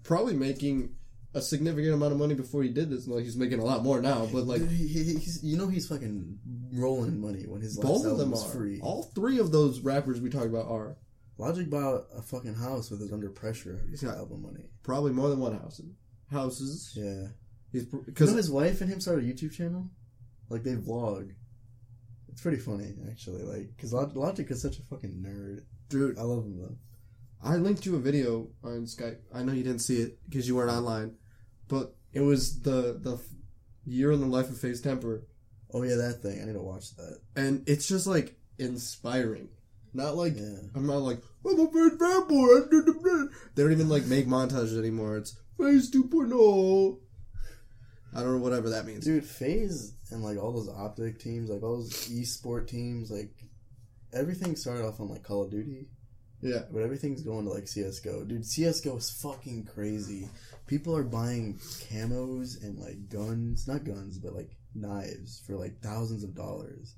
[SPEAKER 1] probably making a significant amount of money before he did this. Like he's making a lot more now, but like
[SPEAKER 2] Dude, he, he, he's, you know he's fucking rolling money when his last
[SPEAKER 1] both of
[SPEAKER 2] album
[SPEAKER 1] them
[SPEAKER 2] was
[SPEAKER 1] are.
[SPEAKER 2] free.
[SPEAKER 1] All three of those rappers we talked about are
[SPEAKER 2] Logic bought a fucking house with his under pressure
[SPEAKER 1] He's got-
[SPEAKER 2] album money.
[SPEAKER 1] probably more than one house. Houses.
[SPEAKER 2] Yeah,
[SPEAKER 1] He's pr-
[SPEAKER 2] you
[SPEAKER 1] because
[SPEAKER 2] know his wife and him started a YouTube channel. Like they vlog. It's pretty funny actually. Like because Logic is such a fucking nerd.
[SPEAKER 1] dude,
[SPEAKER 2] I love him though.
[SPEAKER 1] I linked you a video on Skype. I know you didn't see it because you weren't online, but it was the the f- year in the life of Phase Temper,
[SPEAKER 2] Oh yeah, that thing. I need to watch that.
[SPEAKER 1] and it's just like inspiring. Not like
[SPEAKER 2] Yeah.
[SPEAKER 1] I'm not like I'm a bad rap boy. They don't even like make montages anymore. It's Phase 2.0. I don't know whatever that means.
[SPEAKER 2] Dude, Phase and like all those optic teams, like all those esport teams, like everything started off on like Call of Duty,
[SPEAKER 1] Yeah,
[SPEAKER 2] but everything's going to like CS:GO. Dude, CS:GO is fucking crazy. People are buying camos and like guns, not guns, but like knives for like thousands of dollars.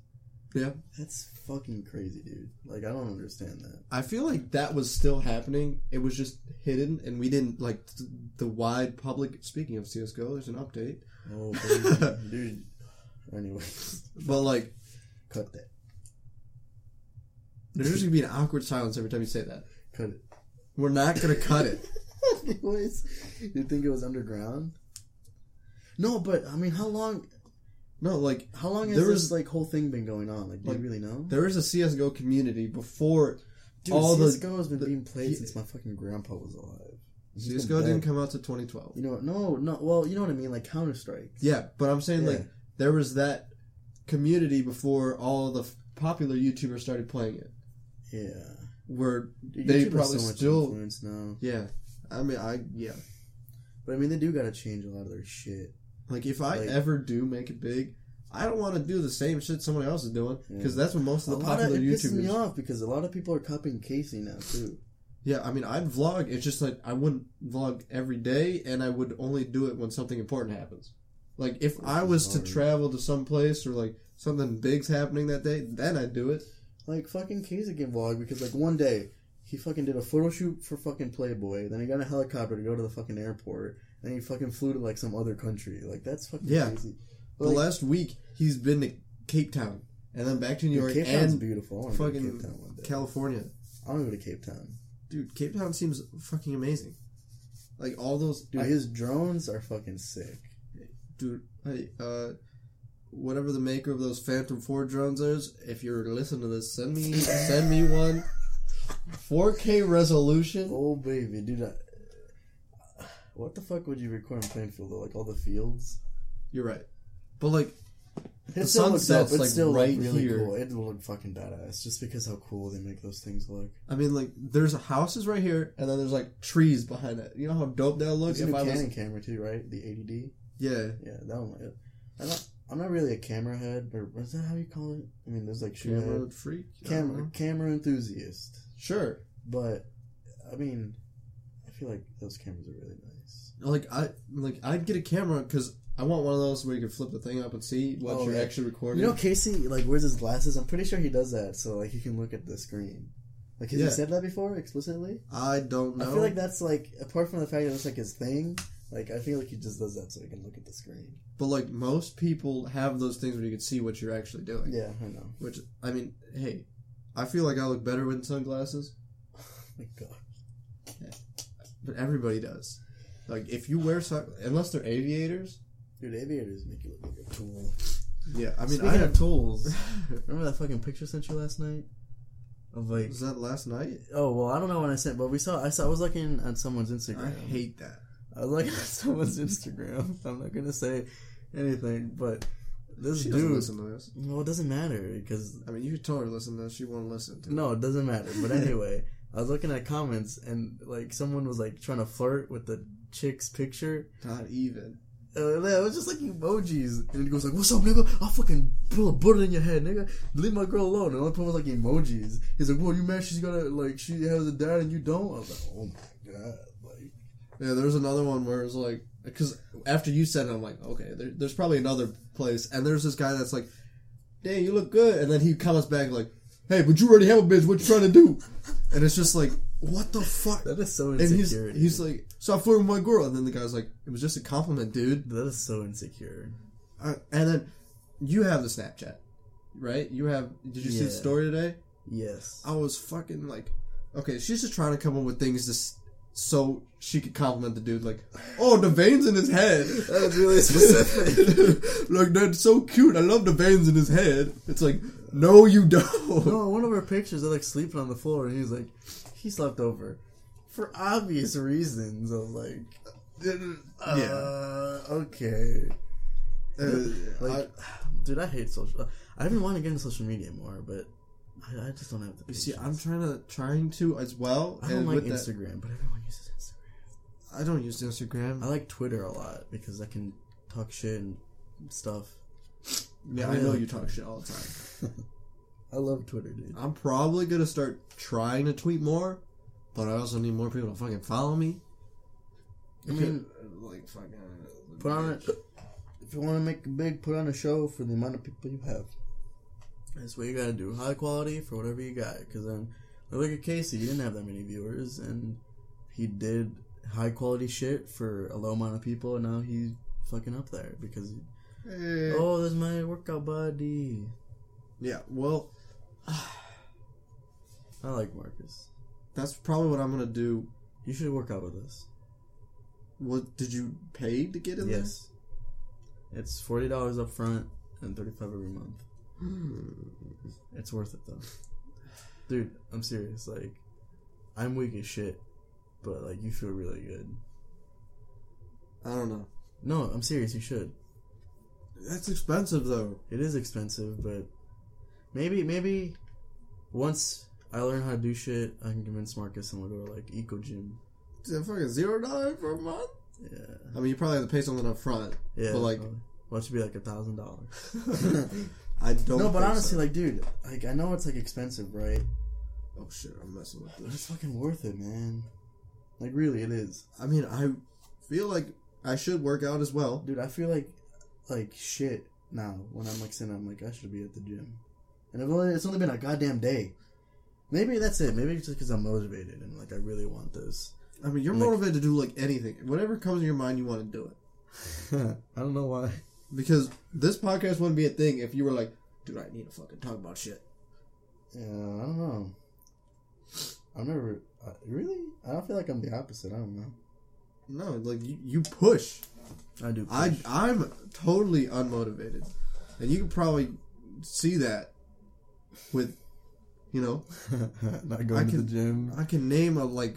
[SPEAKER 1] yeah.
[SPEAKER 2] That's fucking crazy, dude. Like I don't understand that.
[SPEAKER 1] I feel like that was still happening. It was just hidden, and we didn't like th- the wide public. Speaking of CS:GO, there's an update,
[SPEAKER 2] Oh, baby. dude. Anyways,
[SPEAKER 1] but like
[SPEAKER 2] cut that.
[SPEAKER 1] there's just gonna be an awkward silence every time you say that.
[SPEAKER 2] Cut it.
[SPEAKER 1] We're not gonna cut it.
[SPEAKER 2] Anyways, you think it was underground? No, but I mean, how long?
[SPEAKER 1] No, like
[SPEAKER 2] How long has
[SPEAKER 1] There
[SPEAKER 2] this
[SPEAKER 1] was-
[SPEAKER 2] like whole thing been going on? Like, do
[SPEAKER 1] Like,
[SPEAKER 2] you really know?
[SPEAKER 1] there is a CS:GO community before
[SPEAKER 2] Dude,
[SPEAKER 1] all the-
[SPEAKER 2] CS:GO has been
[SPEAKER 1] the-
[SPEAKER 2] being played
[SPEAKER 1] he-
[SPEAKER 2] since my fucking grandpa was alive. He's been
[SPEAKER 1] CS:GO didn't
[SPEAKER 2] dead.
[SPEAKER 1] come out to 2012.
[SPEAKER 2] You know, no, no. Well, you know what I mean. Like Counter Strike.
[SPEAKER 1] Yeah, but I'm saying
[SPEAKER 2] Yeah.
[SPEAKER 1] like there was that community before all the f- popular YouTubers started playing it.
[SPEAKER 2] Yeah,
[SPEAKER 1] Where
[SPEAKER 2] Dude,
[SPEAKER 1] They
[SPEAKER 2] YouTube has
[SPEAKER 1] probably still-
[SPEAKER 2] influence now.
[SPEAKER 1] yeah, I mean I yeah.
[SPEAKER 2] But I mean, they do gotta change a lot of their shit.
[SPEAKER 1] Like if I
[SPEAKER 2] Like-
[SPEAKER 1] ever do make it big, I don't want to do the same shit someone else is doing because
[SPEAKER 2] Yeah.
[SPEAKER 1] that's what most
[SPEAKER 2] a
[SPEAKER 1] of the
[SPEAKER 2] lot of,
[SPEAKER 1] popular
[SPEAKER 2] it pisses me
[SPEAKER 1] YouTubers.
[SPEAKER 2] off because a lot of people are copying Casey now too.
[SPEAKER 1] Yeah, I mean, I'd vlog. It's just like I wouldn't vlog every day, and I would only do it when something important happens. Like if I was to
[SPEAKER 2] Vlog.
[SPEAKER 1] travel to some place or like something big's happening that day, then I'd do it.
[SPEAKER 2] Like fucking Kasich can vlog because like one day he fucking did a photo shoot for fucking Playboy, then he got in a helicopter to go to the fucking airport, and he fucking flew to like some other country. Like that's fucking
[SPEAKER 1] Yeah.
[SPEAKER 2] crazy.
[SPEAKER 1] The
[SPEAKER 2] Like-
[SPEAKER 1] last week, he's been to Cape Town and then back to New
[SPEAKER 2] Dude,
[SPEAKER 1] York
[SPEAKER 2] Cape Town's
[SPEAKER 1] and
[SPEAKER 2] beautiful. I want to go to
[SPEAKER 1] fucking
[SPEAKER 2] Cape Town one day.
[SPEAKER 1] California.
[SPEAKER 2] I want to go to Cape Town.
[SPEAKER 1] Dude, Cape Town seems fucking amazing. Like all those
[SPEAKER 2] Dude,
[SPEAKER 1] I-
[SPEAKER 2] his drones are fucking sick.
[SPEAKER 1] dude, hey, uh, whatever the maker of those Phantom Four drones is, if you're listening to this, send me send me one. 4K resolution.
[SPEAKER 2] Oh baby, dude. I, what the fuck would you record in Plainfield though? Like all the fields.
[SPEAKER 1] You're right, but like
[SPEAKER 2] It
[SPEAKER 1] The
[SPEAKER 2] still looks dope.
[SPEAKER 1] sunset's,
[SPEAKER 2] It's
[SPEAKER 1] like,
[SPEAKER 2] still
[SPEAKER 1] right
[SPEAKER 2] like really
[SPEAKER 1] here.
[SPEAKER 2] cool. It would look fucking badass just because how cool they make those things look.
[SPEAKER 1] I mean, like there's houses right here, and then there's like trees behind it. You know how dope that looks.
[SPEAKER 2] There's a new
[SPEAKER 1] if I was-
[SPEAKER 2] Canon camera too, right? The 80D.
[SPEAKER 1] yeah,
[SPEAKER 2] Yeah, that one. I don't, I'm not really a camera head, or is that how you call it? I mean, there's like shoe
[SPEAKER 1] camera Uh-huh.
[SPEAKER 2] camera,
[SPEAKER 1] freak. I don't
[SPEAKER 2] camera,
[SPEAKER 1] know.
[SPEAKER 2] camera enthusiast.
[SPEAKER 1] Sure.
[SPEAKER 2] But I mean, I feel like those cameras are really nice.
[SPEAKER 1] Like I like I'd get a camera because I want one of those where you can flip the thing up and see what
[SPEAKER 2] Oh,
[SPEAKER 1] you're
[SPEAKER 2] yeah.
[SPEAKER 1] actually recording.
[SPEAKER 2] You know, Casey like wears his glasses. I'm pretty sure he does that, so like he can look at the screen. Like has
[SPEAKER 1] Yeah.
[SPEAKER 2] he said that before explicitly?
[SPEAKER 1] I don't know.
[SPEAKER 2] I feel like that's like apart from the fact that it's like his thing. Like I feel like he just does that so he can look at the screen.
[SPEAKER 1] But like most people have those things where you can see what you're actually doing.
[SPEAKER 2] Yeah, I know.
[SPEAKER 1] Which I mean, hey, I feel like I look better with sunglasses,
[SPEAKER 2] my God.
[SPEAKER 1] but everybody does. Like if you wear sun, unless they're aviators.
[SPEAKER 2] Dude, aviators make you look like a tool.
[SPEAKER 1] Yeah, I mean,
[SPEAKER 2] Speaking
[SPEAKER 1] I
[SPEAKER 2] of
[SPEAKER 1] have.
[SPEAKER 2] tools, remember that fucking picture I sent you last night of like
[SPEAKER 1] was that last night?
[SPEAKER 2] Oh well, I don't know when I sent, but we saw. I saw. I was looking at someone's
[SPEAKER 1] I
[SPEAKER 2] Instagram. I,
[SPEAKER 1] hate that.
[SPEAKER 2] was looking at someone's Instagram. I'm not gonna say anything, but this
[SPEAKER 1] She doesn't
[SPEAKER 2] dude.
[SPEAKER 1] listen to this.
[SPEAKER 2] Well, it doesn't matter because
[SPEAKER 1] I mean, you could tell her to listen to this. She won't listen to. it.
[SPEAKER 2] no, it doesn't matter. But anyway, I was looking at comments and like someone was like trying to flirt with the chick's picture.
[SPEAKER 1] Not even.
[SPEAKER 2] Uh, it was just like emojis, and he goes like, "What's up, nigga? I'll fucking put a bullet in your head, nigga. Leave my girl alone." And all I put was like emojis. He's like, "Well, you mad? She's got a like she has a dad and you don't." I was like, "Oh my god!" Like.
[SPEAKER 1] Yeah, there was another one where it was like, because after you said it, I'm like, okay, there, there's probably another place. And there's this guy that's like, dang, you look good. And then he comes back like, hey, but you already have a bitch. What you trying to do? And it's just like, what the fuck?
[SPEAKER 2] That is so
[SPEAKER 1] And he's,
[SPEAKER 2] insecure.
[SPEAKER 1] he's like, stop flirting with my girl. And then the guy's like, it was just a compliment, dude.
[SPEAKER 2] that is so insecure.
[SPEAKER 1] Uh, And then you have the Snapchat, right? You have, did you see
[SPEAKER 2] Yeah.
[SPEAKER 1] the story today?
[SPEAKER 2] Yes.
[SPEAKER 1] I was fucking like, okay, she's just trying to come up with things to, s- so she could compliment the dude. Like, oh, the veins in his head.
[SPEAKER 2] That was really
[SPEAKER 1] like that's so cute. I love the veins in his head. It's like, no, you don't.
[SPEAKER 2] no, Oh, one of our pictures, they're like sleeping on the floor, and he's like, he slept over. For obvious reasons. I was like, uh,
[SPEAKER 1] yeah,
[SPEAKER 2] okay.
[SPEAKER 1] Uh,
[SPEAKER 2] Like, dude, I hate social. I've been wanting to get into social media more, but I, I just don't have the.
[SPEAKER 1] I,
[SPEAKER 2] Patience.
[SPEAKER 1] see, I'm trying to trying to as well.
[SPEAKER 2] I don't
[SPEAKER 1] and
[SPEAKER 2] like
[SPEAKER 1] with that-
[SPEAKER 2] Instagram, but everyone uses Instagram.
[SPEAKER 1] I don't use Instagram.
[SPEAKER 2] I like Twitter a lot because I can talk shit and stuff.
[SPEAKER 1] yeah, I know you talk shit all the time.
[SPEAKER 2] I love Twitter, dude.
[SPEAKER 1] I'm probably gonna start trying to tweet more, but I also need more people to fucking follow me.
[SPEAKER 2] I mean,
[SPEAKER 1] like fucking
[SPEAKER 2] Put on it. If you want to make it big, put on a show for the amount of people you have. That's what you gotta do. High quality for whatever you got. Because then, like, look at Casey. He didn't have that many viewers, and he did high quality shit for a low amount of people, and now he's fucking up there because oh, there's my workout body.
[SPEAKER 1] Yeah, well,
[SPEAKER 2] I like Marcus.
[SPEAKER 1] that's probably what I'm gonna do.
[SPEAKER 2] You should work out with us.
[SPEAKER 1] What did you pay to get in
[SPEAKER 2] Yes, it's forty dollars up front and thirty five every month.
[SPEAKER 1] there? Hmm.
[SPEAKER 2] It's worth it though. Dude, I'm serious. Like, I'm weak as shit, but like you feel really good.
[SPEAKER 1] I don't know.
[SPEAKER 2] No, I'm serious. You should.
[SPEAKER 1] That's expensive though.
[SPEAKER 2] It is expensive, but maybe maybe once I learn how to do shit, I can convince Marcus and we'll go to like eco gym.
[SPEAKER 1] Is that fucking zero dollars for a month?
[SPEAKER 2] Yeah,
[SPEAKER 1] I mean, you probably have to pay something up front.
[SPEAKER 2] yeah.
[SPEAKER 1] But, like-
[SPEAKER 2] probably. well, it should be like a thousand dollars.
[SPEAKER 1] I don't.
[SPEAKER 2] No, but
[SPEAKER 1] think so.
[SPEAKER 2] honestly, like, dude, like I know it's like expensive, right?
[SPEAKER 1] oh shit, I'm messing with
[SPEAKER 2] But
[SPEAKER 1] this.
[SPEAKER 2] it's fucking worth it, man. Like really, it is,
[SPEAKER 1] I mean, I feel like I should work out as well.
[SPEAKER 2] dude. I feel like like shit now when I'm like sitting. I'm like I should be at the gym, and I've only it's only been a goddamn day. Maybe that's it. Maybe it's just because I'm motivated and like I really want this.
[SPEAKER 1] I mean, you're
[SPEAKER 2] Like-
[SPEAKER 1] motivated to do like anything, whatever comes in your mind, you want to do it.
[SPEAKER 2] I don't know why.
[SPEAKER 1] Because this podcast wouldn't be a thing if you were like, dude, I need to fucking talk about shit.
[SPEAKER 2] Yeah, I don't know. I've never uh, really. I don't feel like I'm the opposite. I don't know.
[SPEAKER 1] No, like you, you push.
[SPEAKER 2] I do.
[SPEAKER 1] I I'm totally unmotivated, and you can probably see that with, you know,
[SPEAKER 2] not
[SPEAKER 1] I can-
[SPEAKER 2] gym.
[SPEAKER 1] I can name a like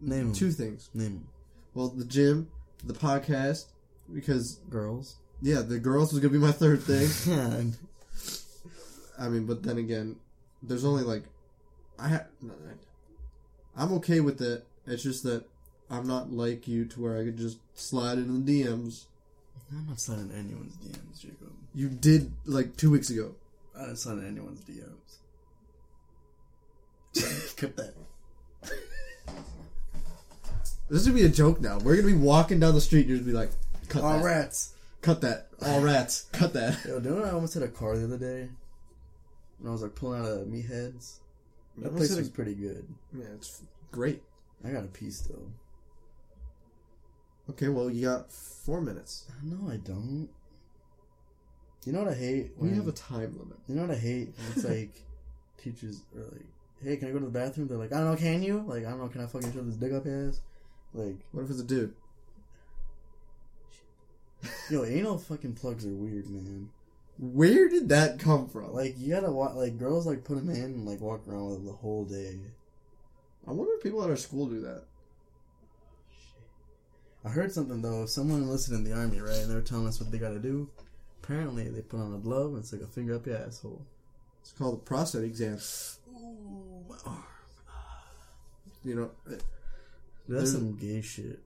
[SPEAKER 2] Name 'em.
[SPEAKER 1] two things.
[SPEAKER 2] Name
[SPEAKER 1] Well, the gym, the podcast, because
[SPEAKER 2] 'em. girls.
[SPEAKER 1] yeah, the girls was gonna be my third thing.
[SPEAKER 2] And-
[SPEAKER 1] I mean, but then again, there's only like, I ha- no, I- I'm okay with it. It's just that I'm not like you to where I could just slide in the DMs.
[SPEAKER 2] I'm not signing anyone's DMs, Jacob.
[SPEAKER 1] You did like two weeks ago.
[SPEAKER 2] I didn't sign anyone's DMs. Cut that.
[SPEAKER 1] This would be a joke now. We're gonna be walking down the street and you're gonna be like, cut
[SPEAKER 2] All
[SPEAKER 1] that,
[SPEAKER 2] rats.
[SPEAKER 1] cut that, all rats, cut that.
[SPEAKER 2] Yo, do you know what I almost hit a car the other day? When I was like pulling out of Meatheads. That
[SPEAKER 1] Almost
[SPEAKER 2] place
[SPEAKER 1] hit a-
[SPEAKER 2] was pretty good.
[SPEAKER 1] Yeah, it's great.
[SPEAKER 2] I got a piece though.
[SPEAKER 1] Okay, well you got four minutes.
[SPEAKER 2] No, I don't. You know what I hate?
[SPEAKER 1] We
[SPEAKER 2] When-
[SPEAKER 1] have a time limit.
[SPEAKER 2] You know what I hate? It's like teachers are like, "Hey, can I go to the bathroom?" They're like, "I don't know, can you?" Like, I don't know, can I fucking shove this dick up your ass? Like,
[SPEAKER 1] What if it's a dude?
[SPEAKER 2] yo, anal fucking plugs are weird, man.
[SPEAKER 1] Where did that come from? Like,
[SPEAKER 2] Like, you gotta walk. Like, girls like put them in and like walk around with them the whole day.
[SPEAKER 1] I wonder if people at our school do that.
[SPEAKER 2] I heard something though. Someone enlisted in the army, right? And they were telling us what they gotta do. Apparently, they put on a glove and it's like a finger up your asshole.
[SPEAKER 1] It's called the prostate exam.
[SPEAKER 2] Ooh, my arm.
[SPEAKER 1] You know, it,
[SPEAKER 2] Dude,
[SPEAKER 1] There's-
[SPEAKER 2] that's some gay shit.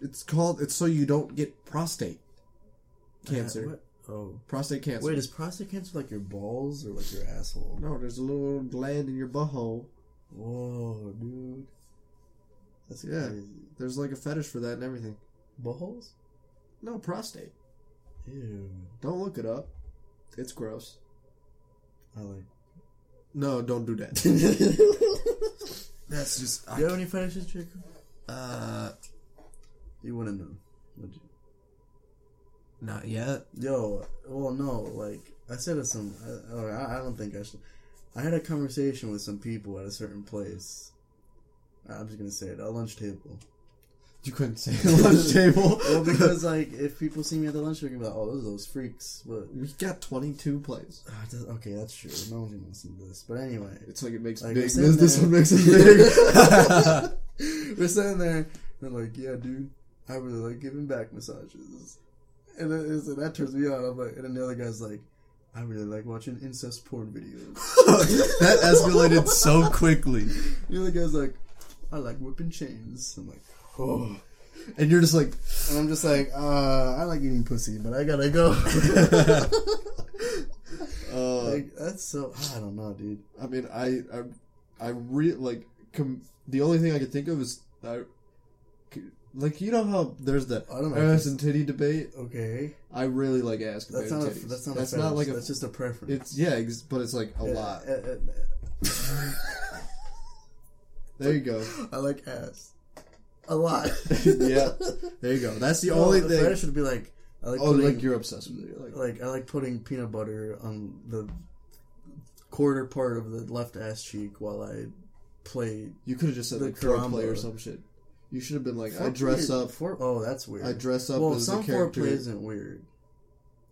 [SPEAKER 1] it's called. It's so you don't get prostate cancer.
[SPEAKER 2] What? Oh.
[SPEAKER 1] prostate cancer.
[SPEAKER 2] Wait, is prostate cancer like your balls or like your asshole?
[SPEAKER 1] no, there's a little gland in your butthole.
[SPEAKER 2] Whoa, dude. That's
[SPEAKER 1] Yeah.
[SPEAKER 2] crazy.
[SPEAKER 1] There's like a fetish for that and everything.
[SPEAKER 2] Buttholes?
[SPEAKER 1] No prostate.
[SPEAKER 2] Ew.
[SPEAKER 1] Don't look it up. It's gross.
[SPEAKER 2] I like.
[SPEAKER 1] No, don't do that.
[SPEAKER 2] Do
[SPEAKER 1] That's just.
[SPEAKER 2] you have any fetishes, Jacob?
[SPEAKER 1] uh,
[SPEAKER 2] You wouldn't know. Would you?
[SPEAKER 1] not yet.
[SPEAKER 2] Yo, well, no, like, I said to some. I, or I, I don't think I should. I had a conversation with some people at a certain place. I'm just gonna say it, a lunch table.
[SPEAKER 1] You couldn't say lunch table.
[SPEAKER 2] Well, because, like, if people see me at the lunch table, they're gonna be like, oh, those are those freaks. But,
[SPEAKER 1] we got 22 plays.
[SPEAKER 2] Ah, it doesn't- okay, that's true. No one's gonna listen to this. But anyway.
[SPEAKER 1] It's like it makes
[SPEAKER 2] Like,
[SPEAKER 1] big.
[SPEAKER 2] I'm
[SPEAKER 1] This,
[SPEAKER 2] sitting
[SPEAKER 1] this
[SPEAKER 2] there.
[SPEAKER 1] one makes it big.
[SPEAKER 2] We're sitting there, and like, yeah, dude, I really like giving back massages. And then, and so that turns me on. I'm like, and then the other guy's like, I really like watching incest porn videos.
[SPEAKER 1] that escalated so quickly,
[SPEAKER 2] the other guy's like, I like whipping chains. I'm like, oh.
[SPEAKER 1] and you're just like,
[SPEAKER 2] And I'm just like, uh, I like eating pussy, but I gotta go.
[SPEAKER 1] uh,
[SPEAKER 2] like, that's so, I don't know, dude.
[SPEAKER 1] I mean, I, I, I really like. Com- the only thing I could think of is I, like you know how there's the
[SPEAKER 2] I don't like
[SPEAKER 1] ass
[SPEAKER 2] this.
[SPEAKER 1] and titty debate.
[SPEAKER 2] Okay.
[SPEAKER 1] I really like ass compared
[SPEAKER 2] That's not,
[SPEAKER 1] to
[SPEAKER 2] a,
[SPEAKER 1] titties.
[SPEAKER 2] that's not
[SPEAKER 1] that's
[SPEAKER 2] a
[SPEAKER 1] not
[SPEAKER 2] fetish.
[SPEAKER 1] like a.
[SPEAKER 2] That's just a preference.
[SPEAKER 1] It's yeah, ex- but it's like a lot.
[SPEAKER 2] Uh, uh, uh,
[SPEAKER 1] There you go.
[SPEAKER 2] I like ass. A lot.
[SPEAKER 1] yeah, there you go. That's the
[SPEAKER 2] No,
[SPEAKER 1] only
[SPEAKER 2] Oh, the
[SPEAKER 1] thing.
[SPEAKER 2] fetish would be like I like
[SPEAKER 1] oh,
[SPEAKER 2] putting,
[SPEAKER 1] like you're obsessed with it. You're like,
[SPEAKER 2] like I like putting peanut butter on the quarter part of the left ass cheek while I play.
[SPEAKER 1] you could have just said
[SPEAKER 2] the
[SPEAKER 1] like foreplay
[SPEAKER 2] drama.
[SPEAKER 1] or some shit. You should have been like, I dress
[SPEAKER 2] Foreplay-
[SPEAKER 1] up.
[SPEAKER 2] fore- oh, that's weird.
[SPEAKER 1] I dress up
[SPEAKER 2] well,
[SPEAKER 1] as
[SPEAKER 2] some
[SPEAKER 1] a character.
[SPEAKER 2] foreplay isn't weird.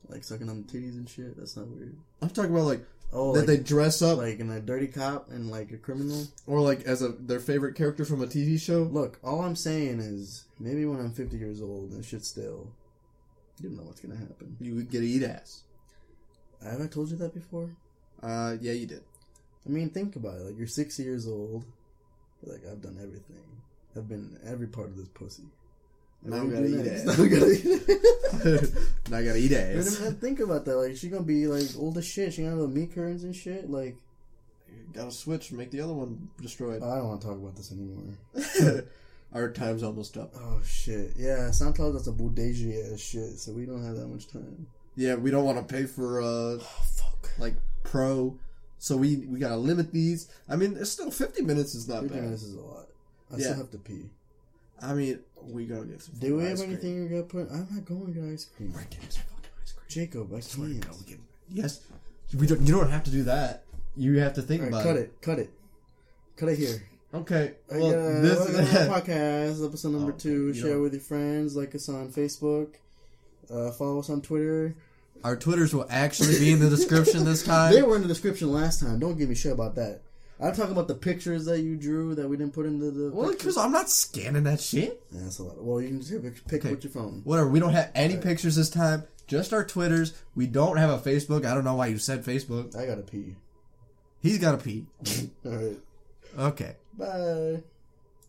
[SPEAKER 2] Like sucking on the titties and shit. That's not weird.
[SPEAKER 1] I'm talking about like
[SPEAKER 2] Oh,
[SPEAKER 1] that
[SPEAKER 2] like,
[SPEAKER 1] they dress up
[SPEAKER 2] like in a dirty cop and like a criminal.
[SPEAKER 1] or like as a their favorite character from a TV show.
[SPEAKER 2] Look, all I'm saying is maybe when I'm 50 years old and shit still, you don't know what's gonna happen.
[SPEAKER 1] You would get to eat ass.
[SPEAKER 2] Have I told you that before?
[SPEAKER 1] Uh, yeah, you did.
[SPEAKER 2] I mean, think about it. Like, you're 60 years old. You're like, I've done everything. I've been in every part of this pussy.
[SPEAKER 1] Now
[SPEAKER 2] What
[SPEAKER 1] I
[SPEAKER 2] do
[SPEAKER 1] gotta
[SPEAKER 2] you
[SPEAKER 1] eat
[SPEAKER 2] do next?
[SPEAKER 1] ass.
[SPEAKER 2] Now I gotta eat it.
[SPEAKER 1] now I gotta eat
[SPEAKER 2] I
[SPEAKER 1] ass.
[SPEAKER 2] didn't even think about that. Like, she's gonna be, like, old as shit. She's gonna have meat curtains and shit. Like,
[SPEAKER 1] Got to switch, make the other one destroyed.
[SPEAKER 2] I don't want to talk about this anymore.
[SPEAKER 1] Our time's almost up.
[SPEAKER 2] Oh shit! Yeah, SoundCloud that's a bodagia ass shit. So we don't have that much time.
[SPEAKER 1] Yeah, we don't want to pay for uh
[SPEAKER 2] Oh fuck!
[SPEAKER 1] like pro, so we we gotta limit these. I mean, it's still fifty minutes is not
[SPEAKER 2] Three
[SPEAKER 1] bad.
[SPEAKER 2] minutes is a lot. I
[SPEAKER 1] Yeah.
[SPEAKER 2] still have to pee.
[SPEAKER 1] I mean, we gotta get some.
[SPEAKER 2] Do
[SPEAKER 1] fucking
[SPEAKER 2] we have
[SPEAKER 1] ice cream.
[SPEAKER 2] anything we got put? I'm not going to ice cream.
[SPEAKER 1] We're getting some fucking ice cream.
[SPEAKER 2] Jacob, I
[SPEAKER 1] Swear to
[SPEAKER 2] can't.
[SPEAKER 1] God, we can- Yes, we don't. You don't have to do that. You have to think
[SPEAKER 2] All right,
[SPEAKER 1] about
[SPEAKER 2] cut it. Cut it. Cut it here.
[SPEAKER 1] Okay.
[SPEAKER 2] I
[SPEAKER 1] Well,
[SPEAKER 2] got- uh,
[SPEAKER 1] this
[SPEAKER 2] welcome to the podcast episode number
[SPEAKER 1] Oh,
[SPEAKER 2] two.
[SPEAKER 1] you
[SPEAKER 2] Share
[SPEAKER 1] don't-
[SPEAKER 2] with your friends. Like us on Facebook. Uh, follow us on Twitter.
[SPEAKER 1] our Twitters will actually be in the description this time.
[SPEAKER 2] They were in the description last time. Don't give me shit about that. I'm talking about the pictures that you drew that we didn't put into the.
[SPEAKER 1] well,
[SPEAKER 2] pictures.
[SPEAKER 1] because I'm not scanning that shit.
[SPEAKER 2] Yeah, that's a lot. Well, you can just pick, pick
[SPEAKER 1] Okay.
[SPEAKER 2] with your phone.
[SPEAKER 1] Whatever. We don't have any pictures this time. Just our Twitters. We don't have a Facebook. I don't know why you said Facebook.
[SPEAKER 2] I gotta pee.
[SPEAKER 1] He's got a pee.
[SPEAKER 2] All right.
[SPEAKER 1] Okay.
[SPEAKER 2] Bye.